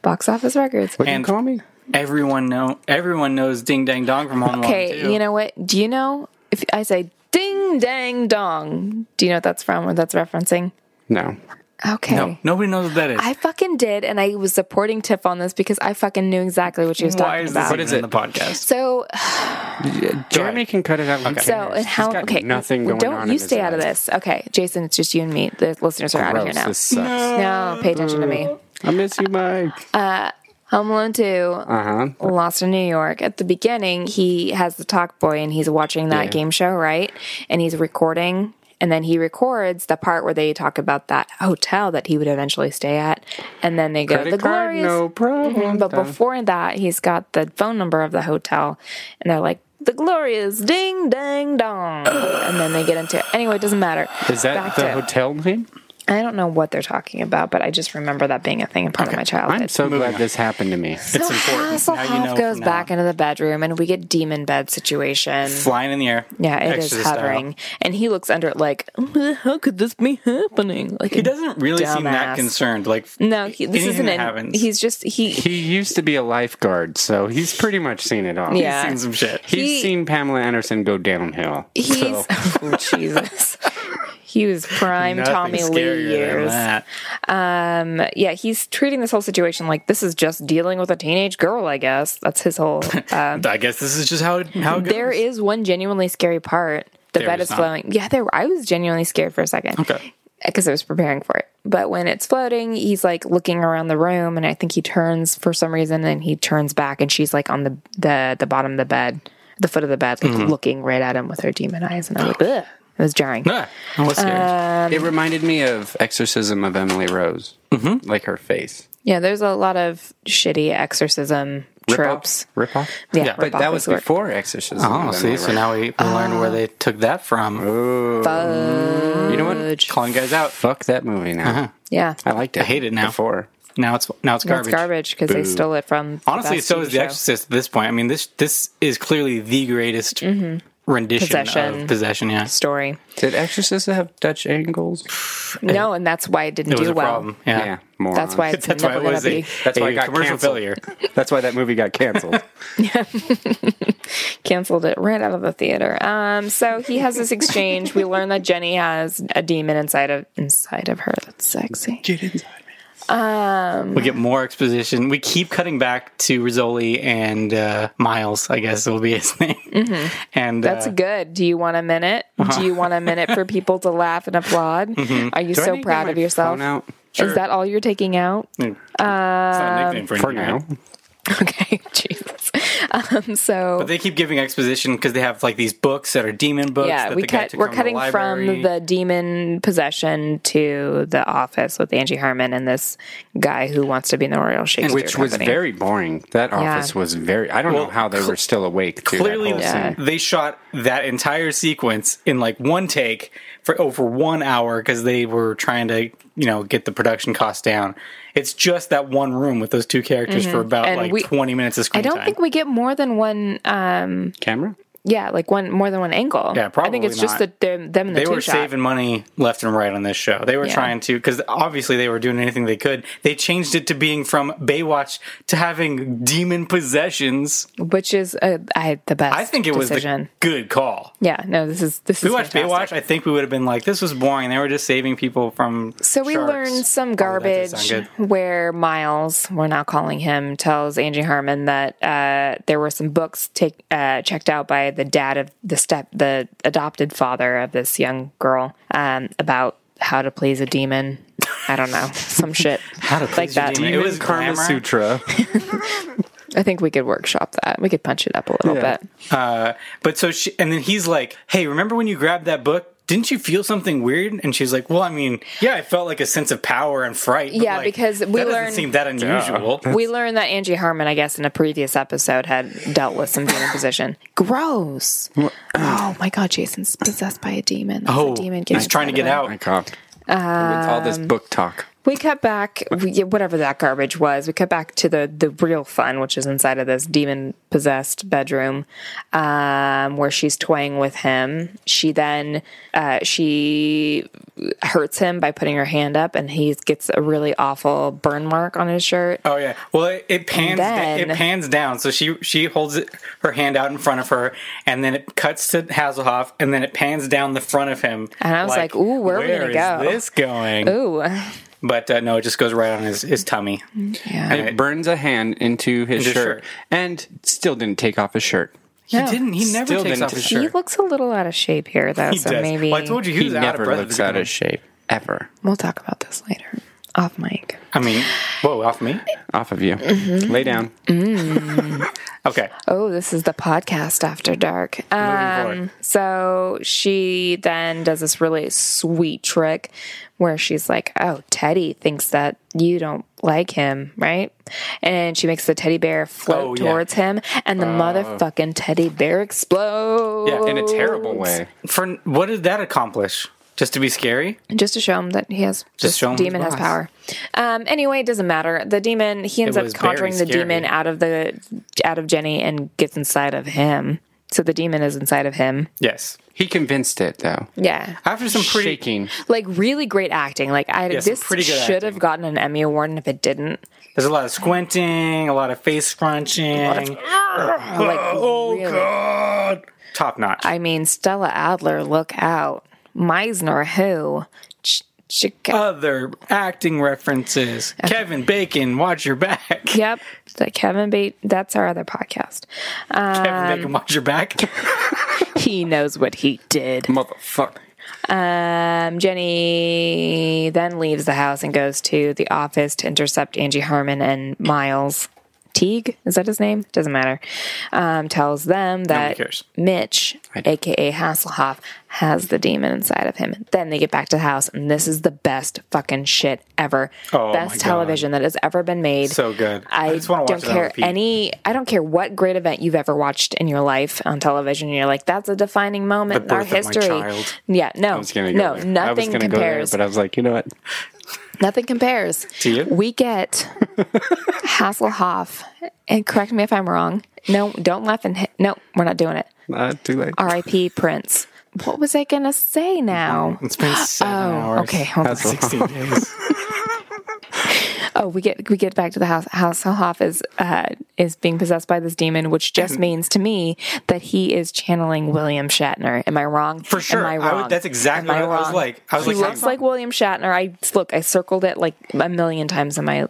A: box office records.
C: What do you
B: And-
C: call me?
B: Everyone know. Everyone knows Ding Dang Dong from Home Alone.
A: Okay,
B: too.
A: you know what? Do you know if I say ding dang dong? Do you know what that's from? What that's referencing?
C: No.
A: Okay.
B: No, nobody knows what that is.
A: I fucking did, and I was supporting Tiff on this because I fucking knew exactly what she was talking
B: Why is this
A: about.
B: even in the podcast?
A: so,
C: Jeremy can cut it out. Okay.
A: so and how? okay,
C: nothing going
A: don't
C: on.
A: you
C: in
A: stay
C: his
A: out of
C: life.
A: this. Okay, Jason, it's just you and me. The listeners are out of here
C: Gross,
A: now.
C: This sucks.
A: No, pay attention to me.
C: I miss you, Mike.
A: Home Alone 2, uh-huh. Lost in New York. At the beginning, he has the talk boy and he's watching that
C: Yeah.
A: game show, right? And he's recording. And then he records the part where they talk about that hotel that he would eventually stay at. And then they go,
C: Credit
A: the
C: card,
A: glorious. Mm-hmm,
C: no problem.
A: But before that, he's got the phone number of the hotel, and they're like, "The glorious ding dang dong," and then they get into it. Anyway, it doesn't matter.
C: Is that
A: Back
C: the
A: to-
C: hotel name?
A: I don't know what they're talking about, but I just remember that being a thing and part of my childhood.
C: I'm so glad this happened to me.
A: so
B: important. Now you
A: Hasselhoff
B: know
A: goes
B: from now
A: back
B: on.
A: into the bedroom, and we get demon bed situation.
B: Flying in the air.
A: Yeah, it is
B: Exorcist style.
A: hovering, and he looks under it like, "How could this be happening?" Like
B: He doesn't really seem that
A: dumbass.
B: concerned. Like
A: No, he, this
B: anything
A: isn't.
B: that
A: in-
B: happens.
A: He's just he.
C: He used to be a lifeguard, so he's pretty much seen it all.
A: Yeah.
B: seen some shit.
C: He's
A: He-
C: seen Pamela Anderson go downhill.
A: He's
C: so.
A: oh, Jesus. He was prime
B: Nothing
A: Tommy
B: scarier
A: Lee
B: than
A: years.
B: that.
A: Um, yeah, he's treating this whole situation like this is just dealing with a teenage girl. I guess that's his whole. Uh,
B: I guess this is just how it, how it goes.
A: there is one genuinely scary part. The
B: There
A: bed
B: is
A: is
B: not.
A: flowing. Yeah, there. I was genuinely scared for a second.
B: Okay.
A: Because I was preparing for it. But when it's floating, he's like looking around the room, and I think he turns for some reason, and he turns back, and she's like on the the, the bottom of the bed, the foot of the bed, like
B: Mm-hmm.
A: looking right at him with her demon eyes, and I'm like, Ugh. it was jarring.
B: Ah, I was scared.
A: Uh, Um,
C: it reminded me of Exorcism of Emily Rose, mm-hmm. like her face.
A: Yeah, there's a lot of shitty exorcism tropes.
C: Rip off.
A: Yeah,
C: but
A: rip-off
C: that
A: is
C: was
A: the word.
C: before Exorcism.
B: Oh,
C: of
B: see,
C: Emily
B: so
C: Rose.
B: now we, we
A: Uh,
B: learn where they took that from.
C: you know what?
A: Fudge.
C: Calling guys out. Fuck that movie now.
A: Yeah,
C: I liked it.
B: I hate it now.
C: Before
B: Now it's now it's
A: that's
B: garbage.
A: garbage because they stole it from. the
B: Honestly,
A: best
B: so
A: TV
B: is The
A: show.
B: Exorcist at this point. I mean, this this is clearly the greatest rendition
A: Mm-hmm. Possession.
B: of possession. Yeah,
A: story.
C: did Exorcist have Dutch angles?
A: No, and that's why it didn't
B: it was
A: do
B: a
A: well.
B: problem. Yeah,
C: Yeah, more.
A: That's why it's
B: that's why
A: never
B: it
A: going
B: was
A: to
B: a,
A: be
C: That's why
B: a
C: it got
B: commercial
C: canceled.
B: failure.
C: That's why that movie got canceled.
A: canceled. It right out of the theater. Um, so he has this exchange. we learn that Jenny has a demon inside of inside of her. That's sexy.
B: We get more exposition. We keep cutting back to Rizzoli and uh, Miles. I guess will be his name. And
A: Mm-hmm. That's
B: uh,
A: good. Do you want a minute? Do you want a minute for people to laugh and applaud? Are you
C: Mm-hmm. Do I need
A: so
C: to get
A: proud
C: my
A: of yourself?
C: phone out?
A: Is that all you're taking out?
B: it's not a nickname for,
C: For
B: anything,
C: now.
B: right?
A: Okay, Jesus. Um, so
B: But they keep giving exposition because they have like these books that are demon books.
A: yeah,
B: that
A: we
B: the guy
A: cut.
B: took
A: We're
B: from
A: cutting
B: the
A: from
B: library.
A: the demon possession to the office with Angie Harmon and this guy who wants to be in the Royal Shakespeare
C: Which was
A: Company.
C: very boring. That office was very. I don't know how they were still awake. Through
B: clearly
C: that whole
A: Yeah.
C: scene.
B: they shot that entire sequence in like one take for over one hour because they were trying to you know get the production cost down it's just that one room with those two characters for about
A: Mm-hmm. And
B: like
A: we-
B: 20 minutes of
A: I
B: screen
A: don't
B: time
A: think we get more than one. Um,
C: camera.
A: yeah, like one more than one angle. I
B: Yeah,
A: think
B: probably
A: it's just
B: not.
A: the, them, them and the
B: they
A: two
B: were
A: shot.
B: saving money left and right on this show. They were
A: Yeah.
B: trying to because obviously they were doing anything they could. They changed it to being from Baywatch to having demon possessions.
A: which is uh, I the best.
B: I think it was
A: decision.
B: the good call.
A: yeah, no, this is this
B: If
A: is
B: we watched
A: fantastic.
B: Baywatch, I think we would have been like, "This was boring." They were just saving people from.
A: So we
B: sharks.
A: learned some
B: Oh, that does
A: garbage
B: sound good.
A: where Miles, we're now calling him, tells Angie Harmon that uh, there were some books take, uh, checked out by the dad of the step, the adopted father of this young girl um, about how to please a demon. I don't know, some shit how to like
B: your
A: that.
B: demon. It was
C: Karma
B: glamour.
C: Sutra.
A: I think we could workshop that. We could punch it up a little
C: Yeah.
A: bit.
B: But so she, and then he's like, "Hey, remember when you grabbed that book?" Didn't you feel something weird? And she's like, "Well, I mean, yeah, I felt like a sense of power and fright." but,
A: Yeah,
B: like,
A: because we
B: that
A: learned-
B: doesn't seem that unusual.
A: We learned that Angie Harmon, I guess, in a previous episode had dealt with some demon possession. Gross. Oh my God, Jason's possessed by a demon. That's
B: Oh,
A: a demon getting
B: he's trying to
A: inside of him.
B: get out.
C: I coughed. Oh With all
A: Um,
C: this book talk.
A: We cut back, we, yeah, whatever that garbage was. We cut back to the the real fun, which is inside of this demon possessed bedroom, um, where she's toying with him. She then uh, she hurts him by putting her hand up, and he gets a really awful burn mark on his shirt.
B: Oh yeah. Well, it, it pans.
A: then-
B: it pans down. So she she holds it, her hand out in front of her, and then it cuts to Hasselhoff, and then it pans down the front of him.
A: And I was like, "Ooh, where are we gonna
B: is
A: go?"
B: this going?"
A: Ooh,
B: But uh, no, it just goes right on his, his tummy.
A: Yeah.
C: And it burns a hand into
B: Into his
C: his shirt,
B: shirt.
C: and still didn't take off his shirt.
B: He didn't. He never
C: Still
B: takes
C: didn't
B: off his
C: take-
B: shirt.
A: He looks a little out of shape here, though.
B: He
A: so
B: does.
A: maybe
B: Well, I told you he
C: He
B: was out of
C: never
B: breath.
C: looks out of shape ever
A: we'll talk about this later off mic.
B: I mean, whoa, off me.
C: off of you.
A: Mm-hmm.
C: Lay down.
B: Okay.
A: Oh, this is the podcast after dark. Um,
B: forward.
A: so she then does this really sweet trick where she's like, "Oh, Teddy thinks that you don't like him, right?" And she makes the teddy bear
B: Oh,
A: float
B: yeah. Uh.
A: towards him, and the motherfucking teddy bear explodes.
B: Yeah,
C: In a terrible way.
B: For what did that accomplish? Just to be scary?
A: just to show him that he has just,
B: show him
A: demon has
B: his boss.
A: power. Um, anyway, it doesn't matter. The demon he ends up
B: was very
A: conjuring the
B: scary.
A: demon out of the out of Jenny and gets inside of him. So the demon is inside of him.
B: Yes.
C: He convinced it though.
A: Yeah.
B: After some pretty
C: Shaking.
A: Like really great acting. Like I
B: Yeah, some
A: this
B: pretty good
A: should have
B: acting.
A: gotten an Emmy award and if it didn't.
B: There's a lot of squinting, a lot of face crunching.
A: Like really.
B: Oh, God. Top notch.
A: I mean Stella Adler, look out. Meisner who? Ch- chick-
B: Uh, Other acting references. Kevin Bacon, watch your back.
A: Yep. The Kevin Bate that's our other podcast. Um,
B: Kevin Bacon, watch your back.
A: He knows what he did.
C: Motherfucker.
A: Um, Jenny then leaves the house and goes to the office to intercept Angie Harmon and Miles Teague. Is that his name? Doesn't matter. Um, tells them that
B: cares.
A: Mitch, aka Hasselhoff, has the demon inside of him. Then they get back to the house, and this is the best fucking shit ever.
B: Oh, my
A: best
B: God.
A: television that has ever been made.
B: So good.
A: I,
B: I just wanna watch
A: don't
B: it on
A: care
B: repeat.
A: any. I don't care what great event you've ever watched in your life on television. You're like, that's a defining moment in
B: The
A: our
B: birth of my
A: history.
B: child.
A: Yeah, no,
C: I was gonna go
A: no,
C: there. I was
A: nothing
C: gonna
A: compares.
C: go there, but I was like, you know what?
A: nothing compares. To
B: you?
A: we get Hasselhoff, and correct me if I'm wrong. No, don't laugh and hit. No, we're not doing it.
C: Not too late.
A: R.I.P. Prince. What was I gonna say now?
B: It's been seven hours.
A: okay, hold on.
B: That's 16 days.
A: Oh, we get we get back to the house. Hasselhoff is uh, is being possessed by this demon, which
B: Mm-hmm.
A: just means to me that he is channeling William Shatner. Am I wrong?
B: For sure.
A: Am I
B: I
A: wrong?
B: would- that's exactly
A: Am
B: what I was
A: wrong?
B: like. I was
A: he
B: like,
A: looks
B: I'm-
A: like William Shatner. I look. I circled it like a million times in my.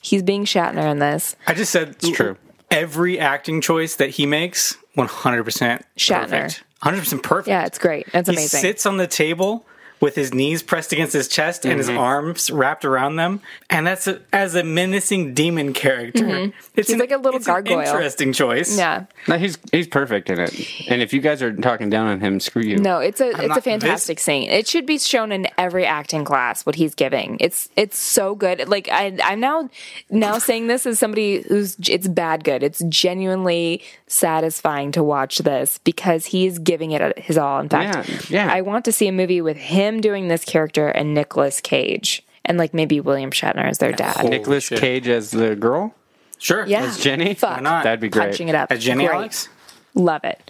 A: He's being Shatner in this.
B: I just said it's
C: true.
B: Every acting choice that he makes, 100%
A: Shatner.
B: perfect. 100% perfect.
A: Yeah, it's great. It's
B: he
A: amazing.
B: sits on the table with his knees pressed against his chest and his arms wrapped around them, and that's a, as a menacing demon character. It's
A: Mm-hmm. He's like a little
B: it's an
A: gargoyle.
B: interesting choice.
A: yeah.
C: No, he's he's perfect in it. And if you guys are talking down on him, screw you.
A: No, it's a it's a
B: not-
A: fantastic scene. It should be shown in every acting class what he's giving. It's it's so good. Like I I'm now now saying this as somebody who's it's bad good. It's genuinely satisfying to watch this because he is giving it his all. In fact,
C: Yeah, yeah.
A: I want to see a movie with him doing this character and Nicolas Cage and like maybe William Shatner as their dad.
C: Nicholas
B: shit.
C: Cage as the girl,
B: Sure.
A: yeah,
C: as Jenny.
A: Fuck.
B: Why not?
C: That'd be great.
A: Punching it up.
B: As Jenny
A: Great.
B: Alex?
A: Love it.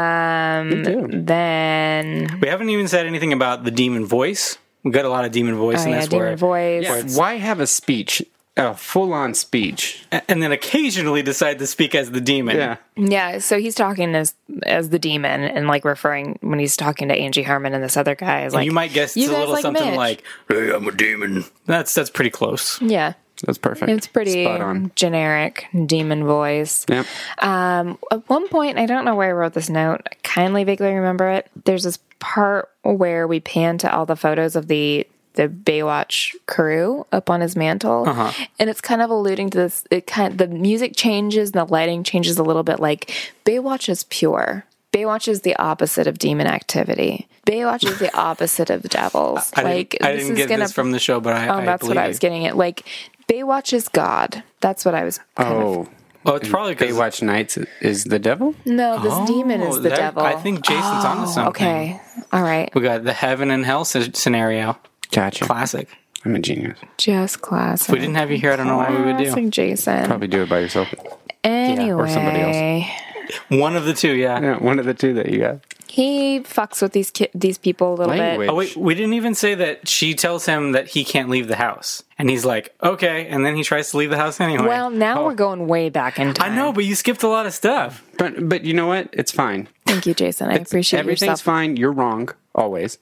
A: Um, then
B: We haven't even said anything about the demon voice. We got a lot of demon voice
A: oh,
B: in
A: yeah,
B: this
A: Demon
B: word.
A: Voice.
C: Yeah, why have a speech, a full on speech?
B: A- And then occasionally decide to speak as the demon.
C: Yeah.
A: Yeah, so he's talking as as the demon and like referring when he's talking to Angie Harmon and this other guy is like
B: You might guess it's
A: "You
B: a
A: guys
B: little
A: like
B: something
A: Mitch."
B: like,
F: Hey, I'm a demon.
B: that's that's pretty close.
A: yeah,
C: That's perfect.
A: it's pretty
C: spot on.
A: generic demon voice.
C: Yep.
A: Um, at one point, I don't know where I wrote this note. I kindly vaguely remember it. There's this part where we pan to all the photos of the the Baywatch crew up on his mantle,
B: Uh-huh.
A: and it's kind of alluding to this. It kind the music changes and the lighting changes a little bit. Like Baywatch is pure. Baywatch is the opposite of demon activity. Baywatch is the opposite of devils.
B: I
A: like
B: didn't, I didn't get this from the show, but I,
A: Oh,
B: I
A: that's
B: believe
A: what I was
B: you.
A: getting at. Like Baywatch is God. That's what I was. Kind of
C: Oh,
B: Well, it's probably because
C: Baywatch Nights is the devil.
A: No, this demon is
B: Oh,
A: the
B: that-
A: devil. Oh,
B: I think Jason's onto something.
A: Okay. All right.
B: We got the heaven and hell sce- scenario.
C: Gotcha.
B: Classic.
C: I'm a genius.
A: Just class.
B: If we didn't have you here, I don't know what we would do.
A: Classic Jason.
C: Probably do it by yourself.
A: anyway,
C: or somebody else.
B: One of the two, yeah.
C: Yeah, one of the two that you got.
A: he fucks with these ki- these people a little
C: Language.
B: Oh, wait, we didn't even say that she tells him that he can't leave the house. And he's like, okay. And then he tries to leave the house anyway.
A: bit. Well, now we're going way back in
B: Oh I
A: time.
B: know, but you skipped a lot of stuff.
C: But but you know what? It's fine.
A: Thank you, Jason. I appreciate
C: Everything's
A: yourself.
C: fine. You're wrong always,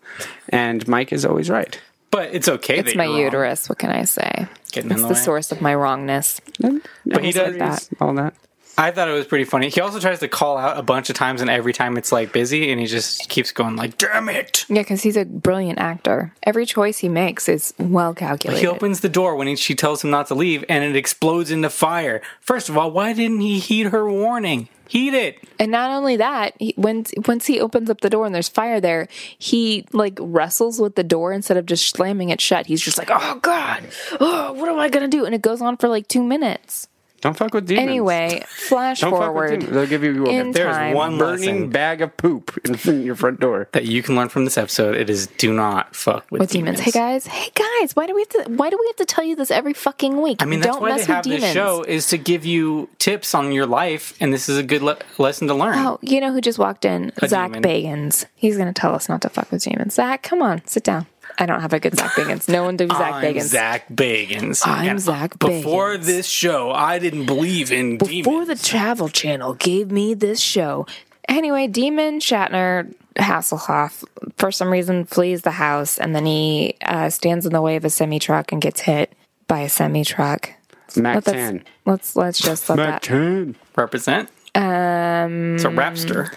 C: and Mike is always right.
B: But it's okay.
A: It's
B: that
A: my
B: you're wrong.
A: uterus. What can I say?
C: Getting in
A: it's
C: the
A: the,
C: way.
A: source of my wrongness.
C: But he
A: Almost like
C: does
A: that.
C: all that.
B: I thought it was pretty funny. He also tries to call out a bunch of times, and every time it's like busy, and he just keeps going like, "Damn it!"
A: Yeah, because he's a brilliant actor. Every choice he makes is well calculated.
B: He opens the door when he, she tells him not to leave, and it explodes into fire. First of all, why didn't he heed her warning? Heed it.
A: And not only that, he, once once he opens up the door and there's fire there, he like wrestles with the door instead of just slamming it shut. He's just like, "Oh God, oh, what am I gonna do?" And it goes on for like two minutes.
C: Don't fuck with demons.
A: Anyway, flash
C: Don't fuck with
A: forward.
C: demons. They'll give you
A: in
C: a
B: There's
A: time.
B: one
C: burning
B: lesson
C: bag of poop in front of your front door.
B: that you can learn from this episode. It is do not fuck with,
A: with demons. Hey guys, hey guys, why do we have to? Why do we have to tell you this every fucking week?
B: I mean, that's
A: Don't
B: why
A: mess
B: they have
A: with
B: this
A: demons.
B: show is to give you tips on your life, and this is a good le- lesson to learn.
A: Oh, you know who just walked in?
B: A
A: Zach
B: demon.
A: Bagans. He's going to tell us not to fuck with demons. Zach, come on, sit down. I don't have a good Zach Bagans. No one do Zach
B: I'm
A: Bagans.
B: Zach Bagans.
A: I'm
B: And
A: Zach
B: Before
A: Bagans.
B: this show, I didn't believe in
A: Before
B: demons.
A: the Travel Channel gave me this show. Anyway, Demon Shatner Hasselhoff, for some reason, flees the house and then he uh, stands in the way of a semi truck and gets hit by a semi truck.
C: Mac
A: Let's,
C: 10.
A: let's let's just let that
C: Mac 10.
B: Represent. Um, it's a rapster.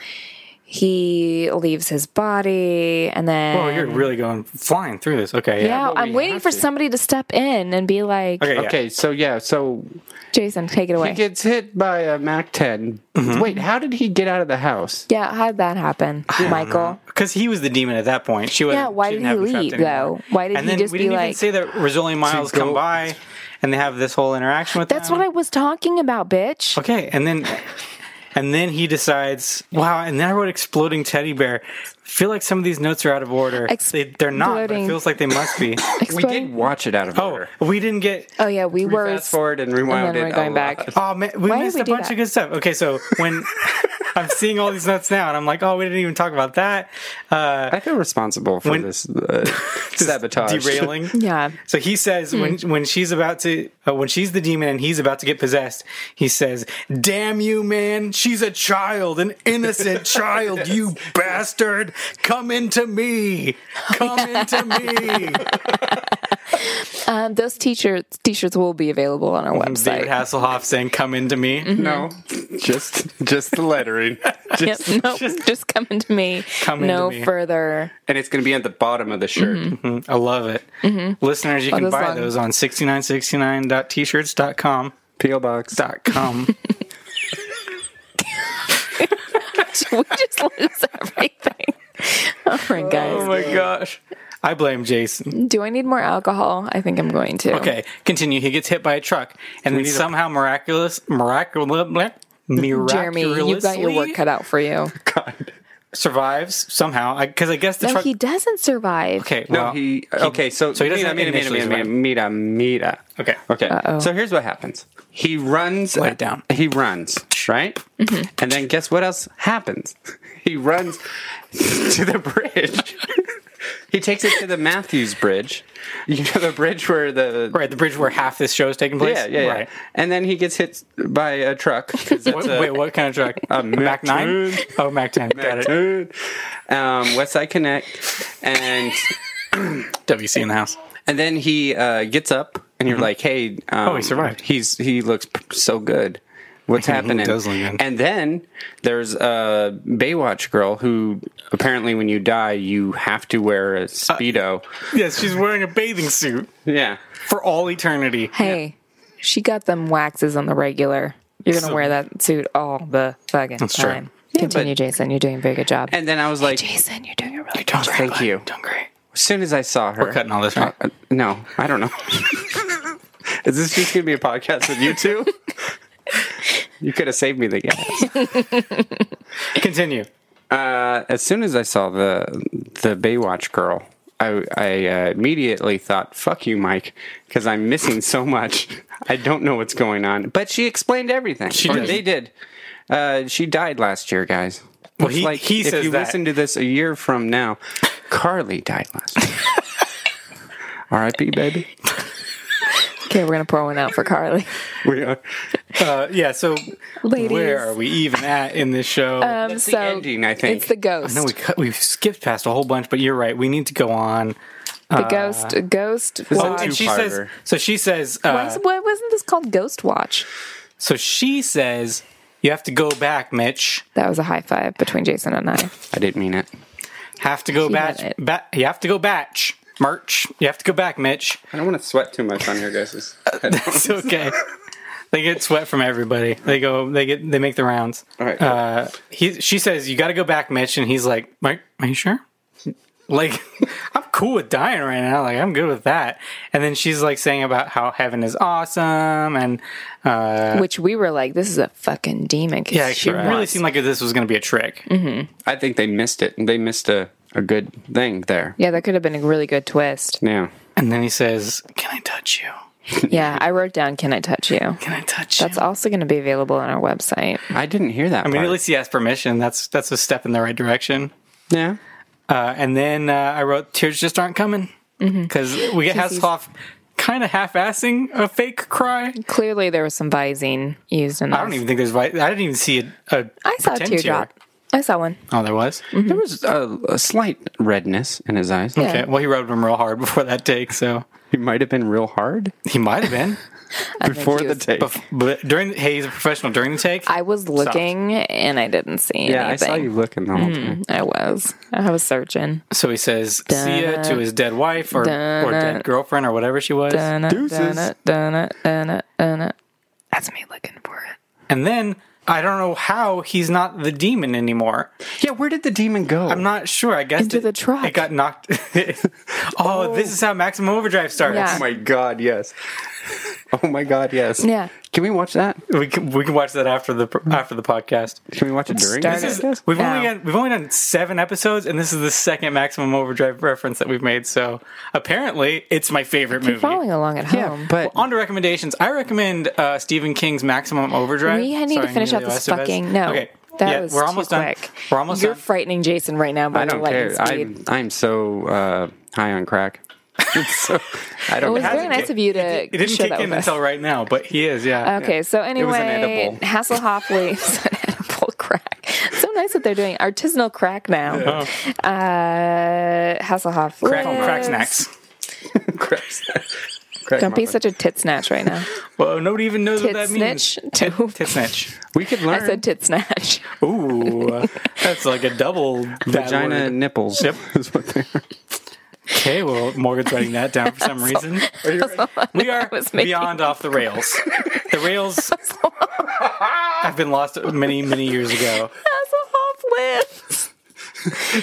A: he leaves his body and then
B: Oh, you're really going flying through this. Okay.
A: yeah
C: but
A: i'm
C: we
A: waiting
C: have
A: for
C: to.
A: somebody to step in and be like
B: Okay. yeah.
C: Okay, so yeah, so
A: jason take it
C: he
A: away
C: gets hit by a Mac 10.
B: Mm-hmm.
C: Wait, how did he get out of the house?
A: yeah how'd that happen michael
B: Because he was the demon at that point. She was.
A: Yeah, why did he leave, though? Why did
B: and
A: he
B: then
A: just
B: we
A: be
B: didn't even
A: like-
B: say that Rosalie Miles
C: go-
B: come by, and they have this whole interaction with.
A: that's
B: them.
A: what i was talking about bitch
B: Okay, and then, and then he decides. Wow, and then I wrote exploding teddy bear. feel like some of these notes are out of order. they, they're not. But it
A: Exploding-
B: feels like they must be.
C: We
A: Explain-
C: did watch it out of
B: oh,
C: order.
B: we didn't get.
A: oh yeah we
C: We
A: were
C: fast forward and
A: and
C: rewound
A: then we're
C: it. a
A: going
C: lot.
A: back
B: Oh man, we
A: Why did
B: missed
A: we
B: a
A: do
B: bunch
A: that?
B: of good stuff. Okay, so when I'm seeing all these notes now, and I'm like, oh, we didn't even talk about that. Uh,
C: I feel responsible for
B: When-
C: this uh,
B: just
C: sabotage.
B: derailing.
A: yeah Hmm.
B: So he says when when she's about to uh, when she's the demon and he's about to get possessed, he says, "Damn you, man! She's a child, an innocent child, you bastard! Come into me, come into me."
A: um, those t-shirts t-shirts will be available on our
B: David
A: website
B: Hasselhoff saying, "Come into me."
C: No, just just the lettering,
A: Yep,
C: just,
A: no, just, coming to me
B: Come into
A: no
B: me.
A: further
C: and it's going to be at the bottom of the shirt.
A: Mm-hmm.
B: I love it, listeners. You can
A: those
B: buy
A: long-
B: those on 6969.t-shirts.com.
C: P.O. box.
B: Dot com.
A: we just lose everything all right guys
B: my gosh. I blame Jason.
A: do i need more alcohol i think i'm going to
B: Okay, continue. He gets hit by a truck, and then somehow miraculous, miraculous, miraculously,
A: jeremy you've got your work cut out for you
B: survives somehow because I, guess the
A: no
B: truck.
A: he doesn't survive
B: okay,
C: No,
B: well,
C: he. Okay, so
B: so he doesn't
C: Mira, Mira,
B: initially
C: Mira, Mira,
B: survive.
C: Mira, Mira.
B: Okay.
C: okay. So here's what happens. He runs.
B: Lay it down. Mm-hmm.
C: He runs right, and then guess what else happens? He runs to the bridge. he takes it to the Matthews Bridge. You know the bridge where the
B: right the bridge where half this show is taking place.
C: Yeah, yeah, yeah.
B: Right.
C: And then he gets hit by a truck. 'cause
B: What-
C: it's a-
B: wait, what kind of truck? A Mac
C: Mac
B: nine? Oh, Mac ten. Got it.
C: um, West Side Connect, and
B: WC in the house.
C: and then he uh, gets up, and you're like, "Hey, um,
B: Mm-hmm. Oh, he survived.
C: He's he looks p- so good. What's
B: He
C: happening?"
B: does look good.
C: And then there's a Baywatch girl who apparently, when you die, you have to wear
B: Uh,
C: a speedo.
B: Yes, she's wearing a bathing suit
C: yeah,
B: for all eternity.
A: Hey, she got them waxes on the regular. You're gonna wear that suit all the fucking
B: true.
A: time. Continue, Jason. You're doing a very good job.
C: and then I was like,
A: Jason, you're doing a really good
C: "Oh,
A: job.
C: "Thank you."
B: Done great.
C: As soon as I saw her,
B: We're cutting all this right.
C: Uh, no, I don't know. Is this just gonna be a podcast with you two? you could have saved me the gas.
B: Continue.
C: Uh, as soon as I saw the the Baywatch girl, I, I uh, immediately thought, "Fuck you, Mike," because I'm missing so much. I don't know what's going on. But she explained everything. She
B: did.
C: They did. Uh, she died last year, guys.
B: Well,
C: It's
B: he- he
C: if
B: says
C: you
B: that.
C: listen to this a year from now, Carly died last year. R.I.P. Baby.
A: Okay, we're gonna pour one out for Carly.
C: We are.
B: Uh, yeah. So,
A: Ladies.
B: where are we even at in this show?
A: Um,
C: That's the
A: so
C: ending, I think.
A: It's the
B: I know we
A: ghost.
B: cut, we've skipped past a whole bunch, but you're right. We need to go on.
A: The ghost, ghost
C: Oh,
A: watch.
B: and she says.
C: two-parter.
B: So she says.
A: Why,
B: Uh,
A: is- why wasn't this called Ghost Watch?
B: so she says. You have to go back, Mitch.
A: That was a high five between Jason and I.
C: I didn't mean it.
B: Have to go
A: She had
B: batch.
A: it.
B: Ba- you have to go batch. March. You have to go back, Mitch.
C: I don't want to sweat too much on here, guys.
B: It's okay. they get sweat from everybody. They go. They get. They make the rounds.
C: All right.
B: Uh, he. She says, "You got to go back, Mitch," and he's like, "Mike, are you sure?" Like, I'm cool with dying right now. Like, I'm good with that. And then she's like saying about how heaven is awesome, and uh,
A: Which we were like, this is a fucking demon. 'cause
B: yeah,
A: she
B: she really
A: wants-
B: seemed like this was going to be a trick.
A: Mm-hmm.
C: I think they missed it. They missed a, a good thing there.
A: yeah, that could have been a really good twist.
C: Yeah.
B: And then he says, "Can I touch you?
A: Yeah, I wrote down, can I touch you?
B: Can I touch you?"
A: That's also going to be available on our website.
C: I didn't hear that.
B: I mean,
C: part.
B: at least he asked permission. That's that's a step in the right direction.
C: yeah.
B: Uh, and then uh, I wrote, "Tears just aren't coming,"
A: Mm-hmm.
B: because we get Hasselhoff kind of half-assing a fake cry.
A: Clearly, there was some visine used in this.
B: I don't even think there's. vi- I didn't even see a. a
A: I saw a
B: pretend
A: teardrop. I saw one.
B: tear. Oh, there was.
C: There was a, a slight redness in his eyes.
B: Okay. Well, he rubbed him real hard before that take, so
C: He might have been real hard
B: he might have been.
C: before
A: he
C: the
A: was-
C: take.
B: Bef- but during, hey, he's a professional during the take.
A: I was looking and I didn't see
C: yeah, I
A: anything. Mm-hmm.
C: saw you looking the whole time.
A: I was. I was searching.
B: so he says "see ya" to his dead wife or,
A: Dun-dun.
B: or dead girlfriend or whatever she was,
A: Dun it, dun
C: Deuces.
A: it, dun it, dun it, dun it. That's me looking for it.
B: and then I don't know how he's not the demon anymore.
C: Yeah, where did the demon go?
B: I'm not sure. I guess
A: Into
B: it-
A: the truck.
B: It got knocked. oh, this is how Maximum Overdrive starts.
C: Oh
A: Yeah.
C: my god, yes. oh my god, yes.
A: Yeah.
C: Can we watch that?
B: We can we can watch that after the after the podcast.
C: Can we watch it during
A: Start
C: this?
A: it.
C: podcast?
B: We've
A: Yeah.
B: only done, we've only done seven episodes, and this is the second Maximum Overdrive reference that we've made. So apparently, it's my favorite
A: Keep
B: movie.
A: following along at
C: Yeah,
A: home.
C: but
B: On to recommendations. I recommend uh, Stephen King's Maximum Overdrive.
A: We need
B: Sorry,
A: to finish up
B: Emilio
A: this
B: Estevez.
A: fucking no.
B: Okay.
A: That
B: Yeah,
A: was
B: we're
A: too
B: almost
A: quick.
B: done. We're almost
A: You're
B: done.
A: frightening Jason right now by
C: I
A: the
C: don't
A: lightning
C: care.
A: speed.
C: I'm I'm so uh, high on crack. so, I
A: it
C: don't
A: was very
B: hasn't
A: nice
B: kicked-
A: of you
B: it,
A: to
B: it didn't
A: share
B: kick
A: that
B: in
A: with us.
B: until right now, but he is. Yeah.
A: Okay, so
C: was an
A: anyway,
C: edible.
A: Hasselhoff leaves an edible crack. So nice that they're doing artisanal crack now. Uh, Hasselhoff
B: Crack,
A: lives.
B: crack snacks.
C: crack, crack
A: Don't be
C: muffin.
A: such a tit snatch right now.
B: Well, nobody even knows
A: Tit
B: what that
A: snitch.
B: means.
A: too.
B: Tit snitch.
C: We could
A: I
C: learn
A: said tit snatch.
B: Ooh, uh, that's like a double bad
C: vagina
B: word.
C: nipples.
B: Yep.
C: is what they are.
B: Okay, well, Morgan's writing that down for some reason. We are
A: was making
B: beyond off the rails. The rails have been lost many, many years ago.
A: Hasselhoff lives.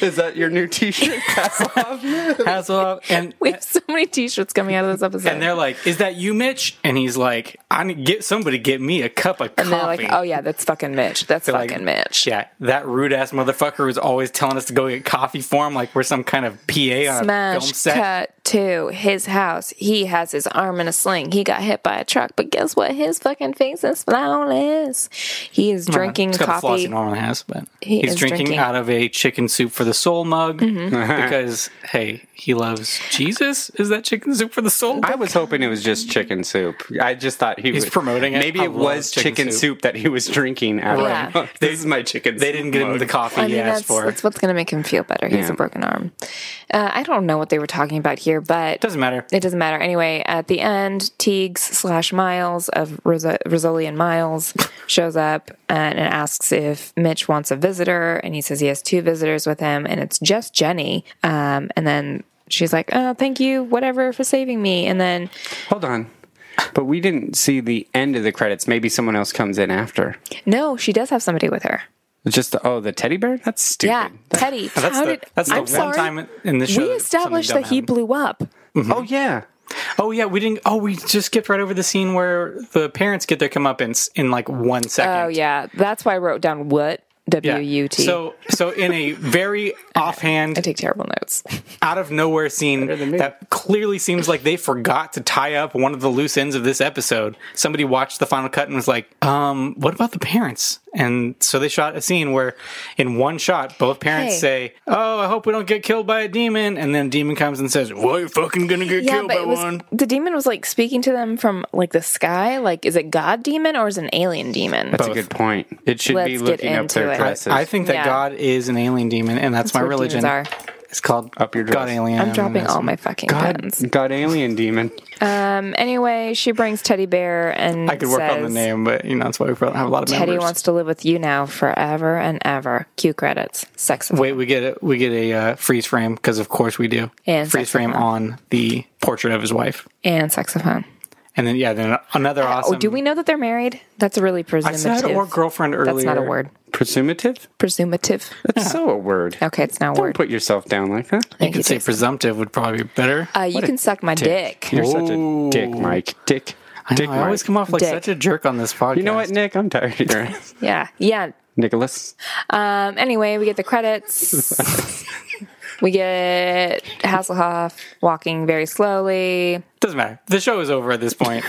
C: Is that your new T-shirt?
B: Hasselhoff and
A: We have so many t-shirts coming out of this episode.
B: and they're like, "Is that you, Mitch?" And he's like, "I need get somebody get me a cup of coffee."
A: And they're like, oh yeah, that's fucking Mitch. That's
B: like,
A: fucking Mitch.
B: Yeah, that rude ass motherfucker was always telling us to go get coffee for him, like we're some kind of PA on a
A: Smash
B: film set.
A: cut to his house. He has his arm in a sling. He got hit by a truck, but guess what? His fucking face is flawless. He is drinking
B: It's got the flaws he
A: coffee.
B: normally has, but
A: He
B: he's
A: is
B: drinking,
A: drinking. Mm-hmm.
B: out of a chicken soup for the soul mug because hey, he loves Jesus. Is that chicken soup for the soul?
C: I was hoping it was just chicken soup. I just thought he
B: He's
C: was
B: promoting it.
C: Maybe
B: I
C: it
B: love
C: was
B: chicken
C: chicken,
B: soup.
C: soup. that he was drinking. After.
A: Yeah.
C: this is my chicken.
B: they didn't get him the coffee
A: I
B: he
A: mean,
B: asked
A: that's,
B: for.
A: that's what's going to make him feel better. He has
C: Yeah.
A: a broken arm. Uh, I don't know what they were talking about here, but
B: Doesn't matter.
A: it doesn't matter. Anyway, at the end, Teagues slash Miles of Rosa- Rosoli and Miles shows up and, and asks if Mitch wants a visitor. And he says he has two visitors with him, and it's just Jenny. Um, and then she's like, oh, thank you, whatever, for saving me. And then
C: Hold on. But we didn't see the end of the credits. Maybe someone else comes in after.
A: No, she does have somebody with her.
C: Just the, oh, the teddy bear. That's stupid.
A: Yeah, Teddy.
B: That's
A: how
B: the,
A: did,
B: that's the
A: I'm
B: one
A: sorry.
B: time in the show.
A: we
B: that
A: established
B: something
A: that
B: dumb
A: he
B: happened.
A: blew up.
C: Oh yeah.
B: Oh yeah, we didn't. Oh, we just skipped right over the scene where the parents get their comeuppance in like one second.
A: Oh yeah, that's why I wrote down what W U T.
B: So so in a very
A: I
B: offhand
A: take terrible notes.
B: out of nowhere scene that clearly seems like they forgot to tie up one of the loose ends of this episode. Somebody watched the final cut and was like, um, what about the parents? And so they shot a scene where in one shot both parents
A: Hey.
B: say, Oh, I hope we don't get killed by a demon and then demon comes and says, Well you're fucking gonna get
A: Yeah,
B: killed
A: but
B: by
A: it was
B: one.
A: the demon was like speaking to them from like the sky. Like, is it God demon or is it an alien demon?
C: That's a good point. It should
A: Let's
C: be
A: get
C: looking up
A: into
C: their
A: it.
C: dresses.
B: I think that
A: Yeah.
B: God is an alien demon and that's, my
A: what
B: religion.
A: demons are.
B: It's called
C: Up your
B: God
C: dress.
B: Alien.
A: I'm dropping all my fucking
C: God,
A: pens.
C: God alien demon.
A: Um, anyway, she brings Teddy Bear and
B: I could work on the
A: says,
B: name, but you know that's why we probably have a lot of
A: Teddy
B: members.
A: wants to live with you now forever and ever. Cue credits. Sex.
B: Wait, we get a, we get a uh, freeze frame because of course we do.
A: And
B: freeze frame
A: saxophone.
B: on the portrait of his wife,
A: and saxophone.
B: and then yeah, then another awesome.
A: Oh, do we know that they're married? That's really
B: I
A: presumptive.
B: said or girlfriend earlier.
A: That's not a word.
C: Presumptive?
A: Presumptive.
C: That's so a word.
A: Okay, it's not a
C: Don't
A: word.
C: put yourself down like that.
B: You
A: Thank
B: could say
A: Jason.
B: presumptive would probably be better.
A: Uh, you
C: What a
A: can suck my dick.
C: You're such a dick,
B: Ooh.
C: Mike. Dick.
B: I, know,
C: Dick.
B: I always
C: Mike.
B: come off like
A: Dick.
B: such a jerk on this podcast.
C: You know what, Nick? I'm tired of your ass.
A: Yeah, yeah.
C: Nicholas.
A: Um, anyway, we get the credits. we get Hasselhoff walking very slowly.
B: Doesn't matter. The show is over at this point.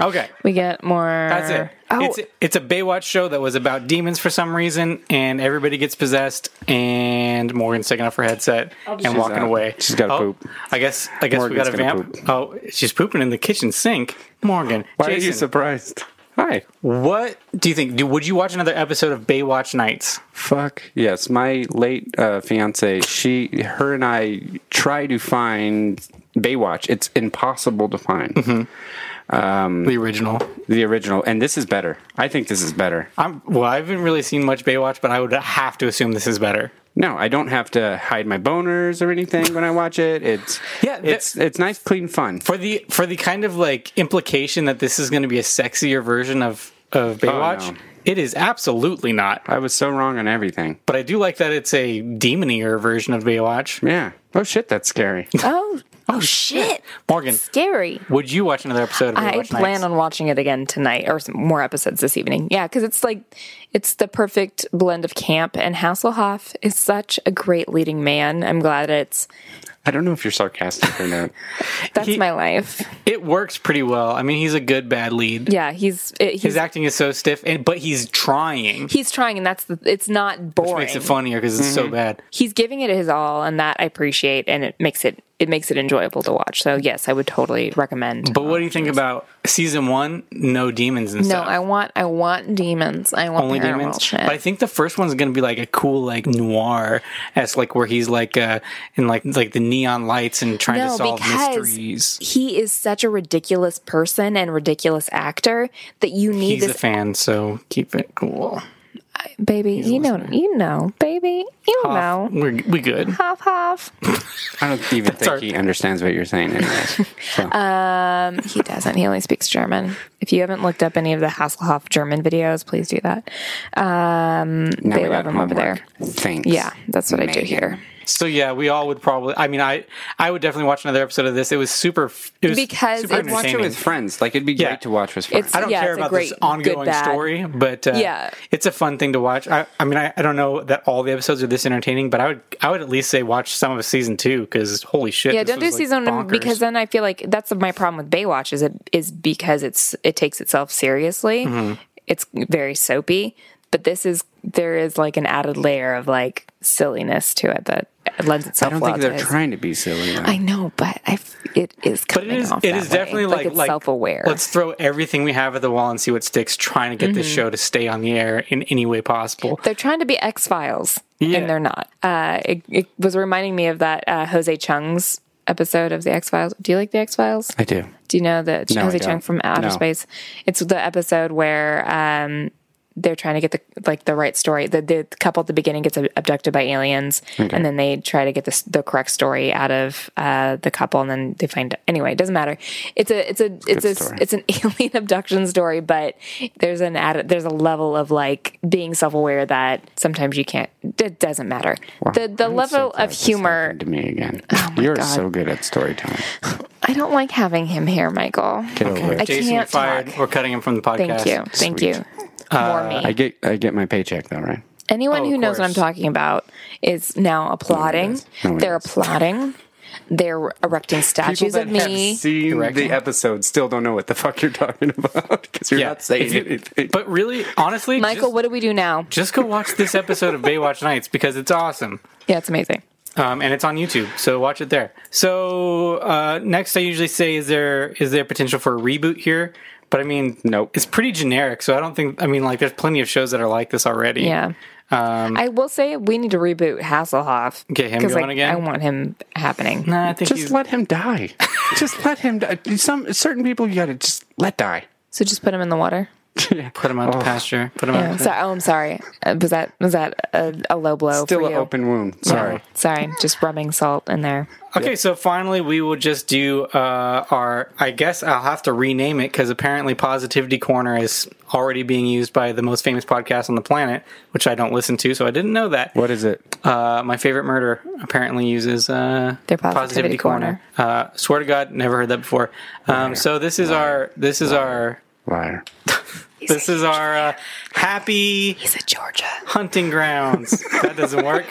B: okay,
A: We get more.
B: that's it.
A: oh.
B: It's it's a Baywatch show that was about demons for some reason, and everybody gets possessed, and Morgan's taking off her headset and walking
C: out.
B: away.
C: She's gotta
B: Oh,
C: poop.
B: I guess I guess
C: Morgan's
B: we got a
C: gonna
B: vamp. Oh, she's pooping in the kitchen sink. Morgan,
C: Why are
B: Jason,
C: you surprised? Hi.
B: what do you think? Do, would you watch another episode of Baywatch Nights?
C: Fuck. Yes, my late uh, fiance, she, her and I try to find Baywatch. It's impossible to find
B: Mm-hmm. The original.
C: the original, and this is better. I think this is better.
B: I'm well. I haven't really seen much Baywatch, but I would have to assume this is better.
C: No, I don't have to hide my boners or anything when I watch it. It's
B: Yeah, the-
C: it's it's nice, clean fun.
B: for the for the kind of like implication that this is going to be a sexier version of of Baywatch,
C: Oh, no.
B: it is absolutely not.
C: I was so wrong on everything.
B: But I do like that it's a demonier version of Baywatch.
C: Yeah. Oh shit, that's scary.
A: oh, oh shit!
B: Morgan,
A: Scary.
B: would you watch another episode of
A: I
B: Baywatch?
A: plan
B: Nights?
A: on watching it again tonight, or some more episodes this evening. Yeah, because it's like it's the perfect blend of camp, and Hasselhoff is such a great leading man. I'm glad it's
C: I don't know if you're sarcastic or not.
A: that's
B: He-
A: my life.
B: It works pretty well. I mean, he's a good bad lead.
A: Yeah, he's it, he's
B: His acting is so stiff, and but he's trying,
A: he's trying, and that's the it's not boring.
B: which makes it funnier because it's so bad.
A: he's giving it his all and that i appreciate and it makes it it makes it enjoyable to watch so yes i would totally recommend
B: But what do you think about season one? No demons and
A: no
B: stuff.
A: i want i want demons i want
B: only demons.
A: shit.
B: But I think the first one's gonna be like a cool like noir as like where he's like uh in like like the neon lights and trying to solve mysteries.
A: he is such a ridiculous person and ridiculous actor that you need
B: He's a
A: this
B: fan, so keep it cool.
A: baby. You know, you know, baby, you know,
B: We're we good.
A: huff huff.
C: I don't even think
B: our-
C: he understands what you're saying. Anyways. So,
A: Um, he doesn't. He only speaks German. If you haven't looked up any of the Hasselhoff German videos, please do that. Um,
C: now
A: they
C: we
A: love
C: got
A: him over there.
C: homework. Thanks.
A: Yeah, that's what I do
C: Megan.
A: here.
B: So yeah, we all would probably I mean I I would definitely watch another episode of this. It was super it was
A: Because
B: super
A: it's-
C: Watch it
B: entertaining.
C: with friends. Like it'd be
B: Yeah.
C: great to watch with friends.
A: It's-
B: I don't
A: Yeah,
B: care
A: it's a
B: about this
A: great,
B: ongoing
A: good, bad.
B: story, but uh,
A: Yeah.
B: it's a fun thing to watch. I, I mean, I, I don't know that all the episodes are this entertaining, but I would I would at least say watch some of season two because holy shit!
A: Yeah,
B: this
A: don't do
B: was, like,
A: season one
B: bonkers.
A: because then I feel like that's my problem with Baywatch is it is because it's it takes itself seriously.
B: Mm-hmm.
A: It's very soapy, but this is there is like an added layer of like silliness to it that lends
C: I
A: itself.
C: don't
A: well
C: think
A: to
C: they're
A: his-
C: trying to be silly. though.
A: I know, but I f- it is
B: But
A: coming
B: it is
A: off.
B: it
A: that
B: is
A: way.
B: definitely like
A: it's self aware.
B: Let's throw everything we have at the wall and see what sticks. Trying to get
A: Mm-hmm.
B: this show to stay on the air in any way possible.
A: They're trying to be X Files,
B: Yeah.
A: and they're not. Uh, it, it was reminding me of that uh, Jose Chung's episode of the X Files. Do you like the X Files?
C: I do.
A: Do you know the
C: No, I
A: Jose
C: don't.
A: Chung from Outer
C: No.
A: Space? It's the episode where um, they're trying to get the like the right story. The, the couple at the beginning gets abducted by aliens, and then they try to get the, s- the correct story out of uh, the couple, and then they find anyway. It doesn't matter. It's a it's a it's a
C: story.
A: it's an alien abduction story, but there's an added there's a level of like being self aware that sometimes you can't. It doesn't matter. the the level
C: glad
A: of
C: this
A: humor.
C: happened to me again.
A: Oh
C: You're so good at storytelling.
A: I don't like having him here, Michael.
C: Get over it.
A: I
B: Jason, you're
A: can't
B: fired.
A: talk.
B: We're cutting him from the podcast.
A: Thank you. Thank
C: Sweet.
A: you. More me.
C: I get I get my paycheck though, right?
A: Anyone
B: Uh, Oh,
A: who
B: of
A: knows what I'm
B: course.
A: talking about is now applauding.
C: does. No one
A: They're
C: does.
A: applauding. They're erecting statues of me.
C: seen
B: Directly.
C: the episode still don't know what the fuck you're talking about because you're
B: Yeah.
C: not saying
B: If you-
C: anything.
B: But really, honestly,
A: Michael,
B: just,
A: what do we do now?
B: just go watch this episode of Baywatch Nights because it's awesome.
A: Yeah, it's amazing.
B: Um, and it's on YouTube, so watch it there. So uh, next, I usually say, is there is there potential for a reboot here? But I mean,
C: Nope.
B: It's pretty generic, so I don't think. I mean, like, there's plenty of shows that are like this already.
A: Yeah.
B: Um,
A: I will say we need to reboot Hasselhoff.
B: Get him
A: 'cause,
B: going
A: like,
B: again?
A: I want him happening.
B: nah, I think
C: Just
B: he's-
C: let him die. just let him die. Some certain people you gotta just let die.
A: So just put him in the water.
B: put him out to pasture. Put him out.
A: Yeah. So, oh, I'm sorry. Uh, was that was that a, a low blow?
C: Still
A: for
C: an
A: you?
C: open wound. Sorry.
A: Yeah. Sorry, just rubbing salt in there.
B: Okay, so finally we will just do uh, our. I guess I'll have to rename it because apparently Positivity Corner is already being used by the most famous podcast on the planet, which I don't listen to, so I didn't know that.
C: What is it?
B: Uh, my favorite murder apparently uses uh,
A: Their Positivity
B: Uh, swear to God, never heard that before. Um, so this is our. This is our.
C: Liar.
B: This is our uh, happy
A: He's a Georgia.
B: hunting grounds. that doesn't work.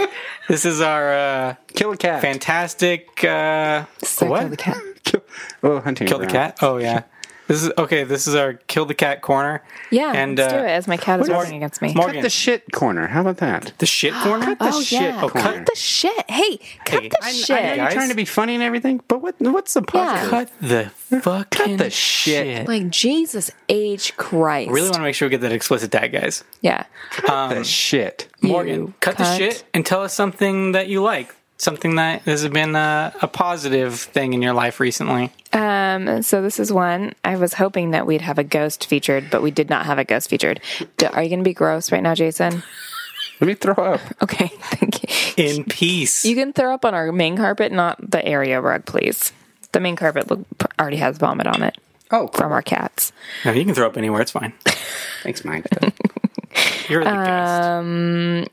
B: This is our uh,
C: Kill a cat.
B: fantastic. Uh,
A: Psycho
B: what?
A: the cat.
C: Kill, oh, hunting.
B: Kill the
C: ground.
B: cat. Oh yeah. This is okay. This is our kill the cat corner.
A: Yeah,
B: and
A: let's
B: uh,
A: do it as my cat is
B: Mor-
A: rubbing against me.
B: Morgan,
C: Cut the shit corner. How about that?
B: the shit corner.
A: oh yeah,
B: Oh,
A: cut
B: corner.
A: the shit. Hey, cut
B: Hey,
A: the
B: I- I
A: shit.
B: know
C: You're
B: Guys?
C: trying to be funny and everything, but what? What's the positive?
A: Yeah.
B: Cut the fucking
C: the shit.
B: shit.
A: like Jesus H Christ.
B: Really want to make sure we get that explicit tag, guys.
A: Yeah.
C: the shit.
B: Morgan,
A: You
B: cut the
A: cunt.
B: shit and tell us something that you like. Something that has been a, a positive thing in your life recently.
A: Um, so this is one I was hoping that we'd have a ghost featured, but we did not have a ghost featured. Do, are you going to be gross right now, Jason?
C: Let me throw up.
A: Okay, thank you.
B: In peace.
A: You can throw up on our main carpet, not the area rug, please. The main carpet look, already has vomit on it
C: Oh,
A: from our cats.
B: No, you can throw up anywhere. It's fine.
C: thanks, mine.
B: You're the guest.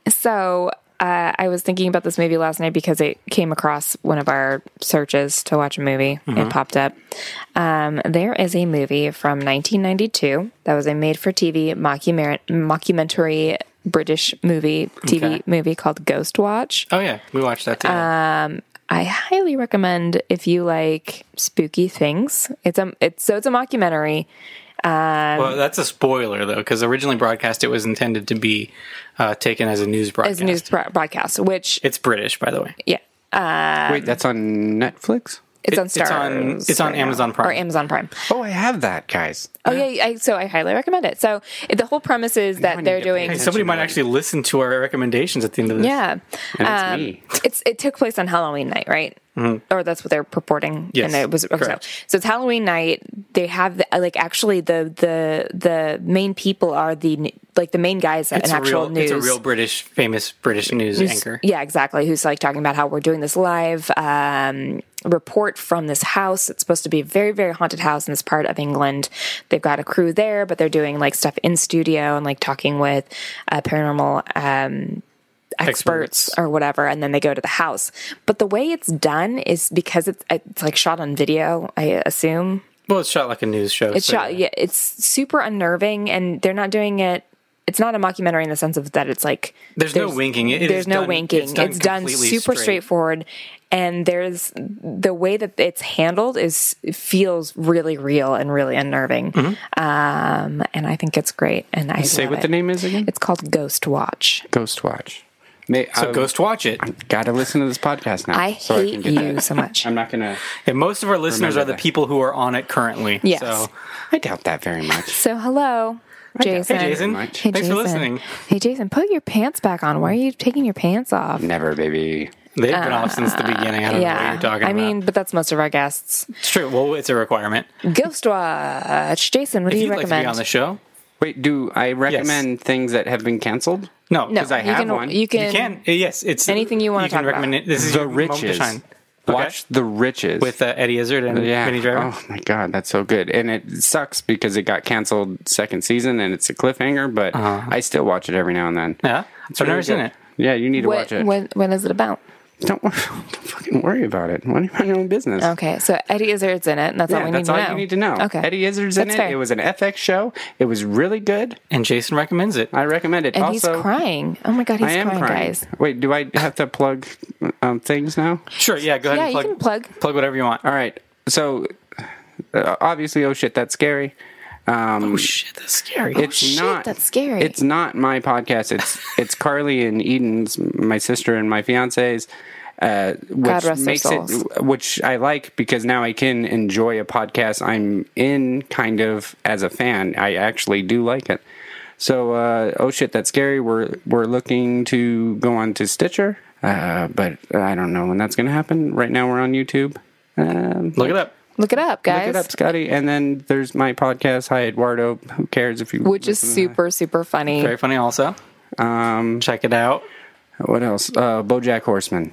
A: So uh, I was thinking about this movie last night because it came across one of our searches to watch a movie.
B: Mm-hmm.
A: It popped up. Um, there is a movie from 1992 that was a made-for-TV mockumer- mockumentary British movie TV
B: Okay.
A: movie called Ghost Watch.
B: Oh yeah, we watched that together.
A: I highly recommend if you like spooky things. It's a it's so it's a mockumentary.
B: Well, that's a spoiler though, because originally broadcast it was intended to be uh, taken as a news broadcast.
A: It's a news bro- broadcast, which
B: It's British, by the way.
A: yeah,
C: Wait, that's on Netflix.
A: it's
B: It-
A: on
B: it's on-
A: Stars.
B: it's on Amazon
A: now.
B: Prime.
A: or Amazon Prime.
C: Oh, I have that, guys.
A: Oh yeah, I, so I highly recommend it. So it- the whole premise is
C: I
A: that
C: need
A: they're
C: to pay
A: doing
B: Hey, somebody might actually listen to our recommendations at the end of this.
A: yeah, Um,
C: And it's me.
A: it's it took place on Halloween night, right? Or that's what they're purporting.
B: Mm-hmm. Yes,
A: and it was okay, so,
B: correct.
A: so it's Halloween night. They have the, like actually the the the main people are the n- like the main guys at
B: it's
A: an
B: a
A: actual
B: real,
A: news.
B: it's a real British, famous British news
A: who's-
B: anchor.
A: Yeah, exactly. Who's like talking about how we're doing this live um, report from this house. It's supposed to be a very, very haunted house in this part of England. They've got a crew there, but they're doing like stuff in studio and like talking with uh, paranormal um, experts,
B: Experts.
A: or whatever. And then they go to the house. But the way it's done is because it's, it's like shot on video, I assume.
B: Well, it's shot like a news show.
A: It's shot, yeah, it's super unnerving, and they're not doing it. It's not a mockumentary in the sense of that it's like
B: There's no winking. It is
A: there's no
B: done-
A: winking.
B: it's
A: It's done,
B: done completely
A: super
B: straight.
A: straightforward, and there's the way that it's handled is feels really real and really unnerving.
B: Mm-hmm.
A: Um, and I think it's great. And I
C: Say
A: love
C: what
A: it.
C: the name is again.
A: It's called Ghost Watch.
C: Ghost Watch. May,
B: So
C: I-
B: ghost watch it.
C: Gotta listen to this podcast now.
A: I
C: so
A: hate
C: I can get
A: you
C: that.
A: so much.
C: I'm not gonna.
B: And most of our listeners
C: Remember
B: are the
C: that.
B: people who are on it currently.
A: Yes.
B: So,
C: I doubt that very much.
A: So hello, Jason.
B: hey, Jason.
C: much.
B: Thanks for listening.
A: Hey, Jason, put your pants back on. Why are you taking your pants off?
C: Never, baby.
B: They've been off since the beginning. I don't know what you're talking
A: Uh, I
B: about.
A: mean, but that's most of our guests.
B: it's true. Well, it's a requirement.
A: Ghost Watch, Jason. What do
B: If you'd
A: you
B: like to be
A: recommend?
B: on the show,
C: Wait, do I recommend things that have been canceled?
B: no,
A: no,
B: 'cause I
A: you
C: have
A: can,
C: one.
A: You can.
B: you can. Uh, Yes, it's
A: Anything you wanna
B: can
A: talk about.
B: recommend It. This is
C: The
B: your moment to
C: Riches.
B: shine.
C: Watch The Riches
B: with uh, Eddie Izzard and
C: yeah.
B: Vinny Driver.
C: Oh my god, that's so good. And it sucks because it got canceled second season and it's a cliffhanger, but I still watch it every now and then.
B: Uh-huh. Yeah,
C: It's
B: I've
C: really
B: never seen
C: good.
B: it.
C: Yeah, you need to
A: What,
C: watch it.
A: what, what is it about?
C: Don't, don't fucking worry about it. Mind your own business.
A: Okay, so Eddie Izzard's in it, and that's all
C: Yeah,
A: we
C: that's
A: need
C: all
A: to know.
C: you need to know.
A: Okay,
C: Eddie Izzard's in
A: That's
C: it.
A: fair.
C: It was an FX show. It was really good.
B: And Jason recommends it.
C: I recommend it.
A: and
C: also,
A: he's crying. Oh my god, he's
C: I am
A: crying,
C: crying.
A: guys.
C: Wait, do I have to plug um, things now?
B: Sure. Yeah. Go ahead.
A: Yeah, you
B: and plug,
A: can plug.
B: plug whatever you want.
C: All right. So uh, obviously, oh shit, that's scary. Um,
B: Oh shit, that's scary.
C: it's
A: shit,
C: not
A: that's scary.
C: It's not my podcast. It's it's Carly and Eden's, my sister and my fiance's. Uh, which
A: God rest their
C: makes
A: souls.
C: it, which I like because now I can enjoy a podcast I'm in, kind of as a fan. I actually do like it. So, uh, oh shit, that's scary. We're we're looking to go on to Stitcher, uh, but I don't know when that's going to happen. Right now, we're on YouTube. Um,
B: Look it up.
A: Look it up, guys.
C: Look it up, Scotty. And then there's my podcast. Hi, Eduardo. Who cares if you?
A: Which is
C: listen to
A: super, super funny.
B: Very funny, also. Um, Check it out.
C: that. What else? Uh, BoJack Horseman.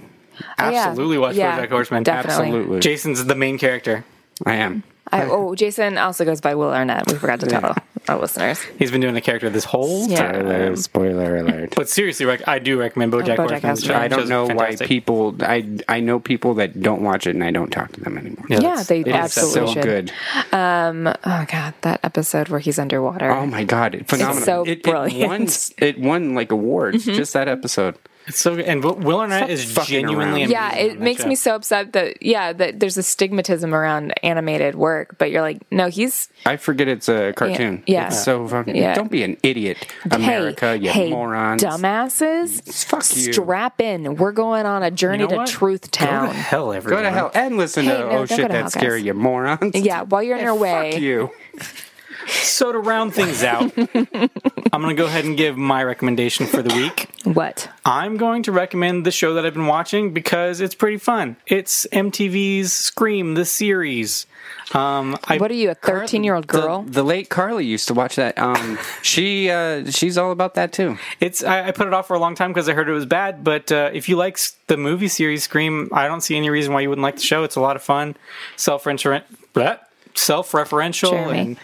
A: Oh, yeah.
B: Absolutely watch
A: Yeah,
B: BoJack Horseman.
A: Definitely.
C: Absolutely.
B: Jason's the main character.
C: I am.
A: I, oh, Jason also goes by Will Arnett. We forgot to tell our listeners.
B: He's been doing the character this whole
A: Yeah.
B: time.
C: Spoiler, spoiler alert.
B: But seriously, rec- I do recommend BoJack,
A: Oh, BoJack
B: Horseman.
A: Horseman.
B: The show
C: I don't
B: is
C: know why
B: fantastic.
C: people. I I know people that don't watch it, and I don't talk to them anymore.
A: Yeah,
B: that's-
A: they
B: it is
A: absolutely
C: so
A: should.
C: good.
A: Oh god, that episode where he's underwater.
C: Oh my god, it, phenomenal!
A: so
C: it, It won,
A: brilliant. Mm-hmm.
C: it won like awards just that episode.
B: It's so good. And Will- Will Arnett
C: Stop
B: is
C: fucking
B: genuinely amazing
C: around.
A: yeah,
B: on
A: it
B: that
A: makes me
B: show.
A: so upset that yeah, that there's a stigmatism around animated work, but you're like, no, he's
C: I forget it's a cartoon.
A: Yeah.
C: It's so fucking.
A: Yeah.
C: Don't be an idiot, America.
A: hey,
C: you
A: hey,
C: morons.
A: dumbasses.
C: Fuck you.
A: Strap in. We're going on a
B: You
A: journey
B: know
A: to
B: what?
A: Truth Town.
B: Go to hell, everyone.
C: Go to hell and listen
A: Hey,
C: to
A: no,
C: oh
A: don't go
C: shit
A: to hell,
C: that's scary
A: guys.
C: you morons.
A: Yeah, while you're on
C: And
A: your
C: fuck
A: way.
C: you.
B: So to round things out, I'm going to go ahead and give my recommendation for the week.
A: What?
B: I'm going to recommend the show that I've been watching because it's pretty fun. It's MTV's Scream, the series. Um, I,
A: What are you, a 13 year old
C: The-
A: girl?
C: The, late Carly used to watch that. Um, she uh, she's all about that too.
B: It's I, I put it off for a long time because I heard it was bad. But uh, if you like s- the movie series Scream, I don't see any reason why you wouldn't like the show. It's a lot of fun, self-referential, self-referential,
A: Jeremy.
B: and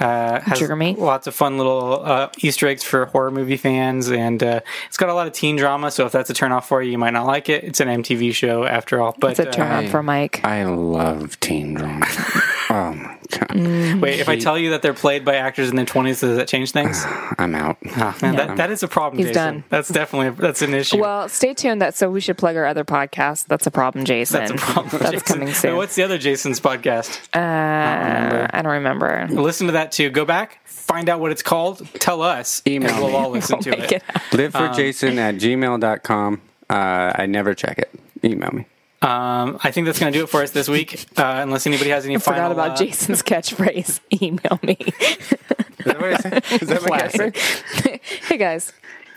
B: uh, has
A: Jeremy.
B: lots of fun little uh, Easter eggs for horror movie fans, and uh, it's got a lot of teen drama. So if that's a turn off for you, you might not like it. It's an MTV show after all. But
A: it's a turn
B: uh,
A: on for Mike.
C: I love teen drama. oh my god,
B: wait, if I tell you that they're played by actors in their twenties, does that change things?
C: I'm out.
B: Ah, man, that, that is a problem.
A: He's
B: Jason.
A: done.
B: That's definitely a, that's an issue.
A: well, stay tuned. That so we should plug our other podcast. That's a problem, Jason.
B: that's a problem.
A: That's
B: Jason.
A: coming soon.
B: Wait, what's the other Jason's podcast?
A: Uh, I don't remember.
B: listen to that too. Go back, find out what it's called, tell us,
C: Email
B: and we'll
C: me.
B: all listen to
A: Make
B: it.
A: it up.
C: Live
B: Um,
C: for Jason at gmail.com. Uh, I never check it. Email me.
B: Um, I think that's going to do it for us this week, uh, unless anybody has any final.
A: Forgot about
B: uh,
A: Jason's catchphrase. Email me.
C: Is that what I said? Is that my
A: Classic.
C: catchphrase?
A: hey guys,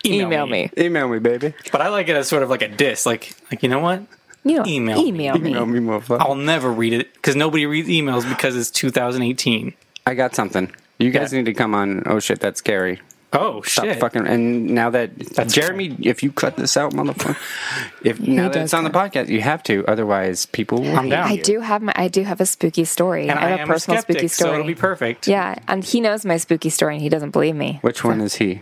B: Email
A: email,
B: me.
A: me.
C: Email me, baby.
B: But I like it as sort of like a diss, like like you know what?
A: You know,
B: Email me.
A: Email me.
C: Email me, motherfucker.
B: I'll never read it because nobody reads emails because it's 2018.
C: I got something. You guys
B: Yeah.
C: need to come on. Oh shit, that's scary.
B: Oh
C: Stop
B: shit!
C: fucking. And now that Jeremy, if you cut this out, motherfucker. If now that
A: does
C: it's on the podcast, you have to. Otherwise, people will hate
B: down.
C: you.
A: I do have my. I do have a spooky story.
B: and
A: I have a personal
B: skeptic,
A: spooky
B: so
A: story.
B: it'll be perfect.
A: yeah, and he knows my spooky story, and he doesn't believe me.
C: Which one is he?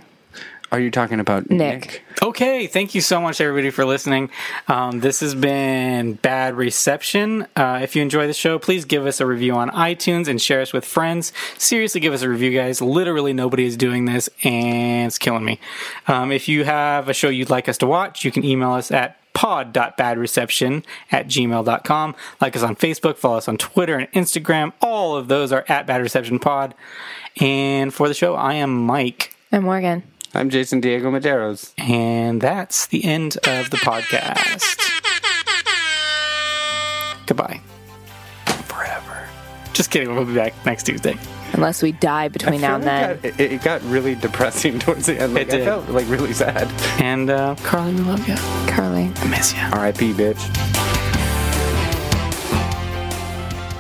C: Are you talking about
A: Nick.
C: Nick?
B: Okay, thank you so much, everybody, for listening. Um, this has been Bad Reception. Uh, if you enjoy the show, please give us a review on iTunes and share us with friends. Seriously, give us a review, guys. Literally, nobody is doing this, and it's killing me. Um, if you have a show you'd like us to watch, you can email us at pod.badreception at gmail.com. Like us on Facebook, follow us on Twitter and Instagram. All of those are at Bad Reception Pod. And for the show, I am Mike.
A: And Morgan.
C: I'm Jason Diego Medeiros.
B: And that's the end of the podcast. Goodbye. Forever. Just kidding. We'll be back next Tuesday.
A: Unless we die between now and then.
C: It, it got really depressing towards the end. Like,
B: It did.
C: I felt like really sad.
B: And uh, Carly, we love you.
A: Carly.
B: I miss you.
C: R.I.P. Bitch.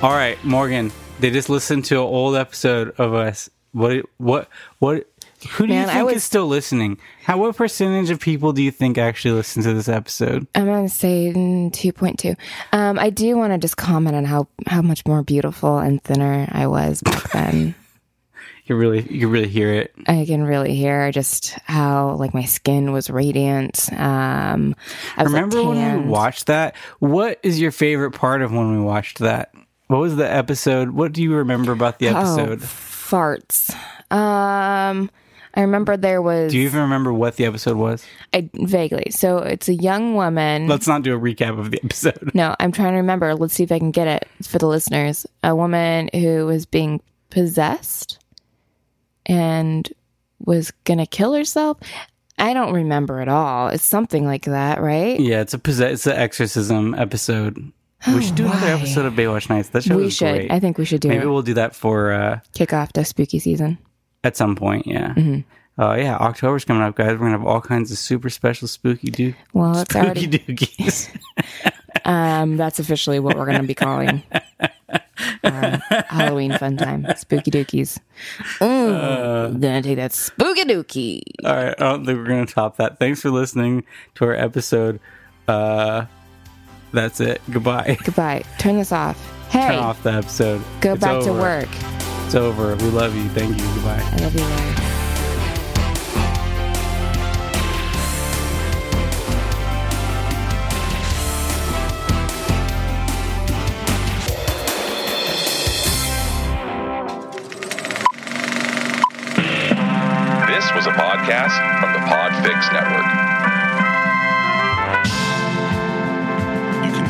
B: All right, Morgan. They just listened to an old episode of us. What? What? What? Who do
A: Man,
B: you
A: I
B: think
A: was-
B: is still listening? How? What percentage of people do you think actually listen to this episode?
A: Uh,
G: I'm on Satan 2.2. Um, I do want to just comment on how, how much more beautiful and thinner I was back then.
B: You really, you really hear it.
G: I can really hear just how like my skin was radiant. Um, I was, like,
B: Remember when we
G: tanned.
B: watched that? What is your favorite part of when we watched that? What was the episode? What do you remember about the episode?
G: Oh, farts. Um, I remember there was
B: do you even remember what the episode was?
G: I, vaguely. So it's a young woman.
B: Let's not do a recap of the episode.
G: No, I'm trying to remember. Let's see if I can get it for the listeners. A woman who was being possessed and was going to kill herself. I don't remember at all. It's something like that, right?
B: Yeah, it's a possess- it's an exorcism episode. We should do another
G: Oh, Why?
B: episode of Baywatch Nights. That show
G: we
B: was
G: should.
B: great.
G: I think we should do
B: Maybe
G: it.
B: we'll do that for uh,
G: Kick off the spooky season.
B: at some point. Yeah.
G: Mm-hmm.
B: uh, yeah, October's coming up, guys. We're gonna have all kinds of super special spooky do
G: Well, it's
B: spooky
G: already
B: dookies.
G: um, that's officially what we're going to be calling our Halloween fun time, spooky dookies.
B: Uh.
G: Ooh, gonna take that spooky dookie.
B: all right, I don't think we're gonna top that. Thanks for listening to our episode. Uh, that's it. Goodbye.
G: Goodbye.
A: Turn this off. Hey,
B: Turn off the episode.
A: go
B: It's
A: back to
B: over.
A: work.
B: It's over. We love you. Thank you. Goodbye.
A: I love you, Larry.
E: This was a podcast from the Podfix Network. You can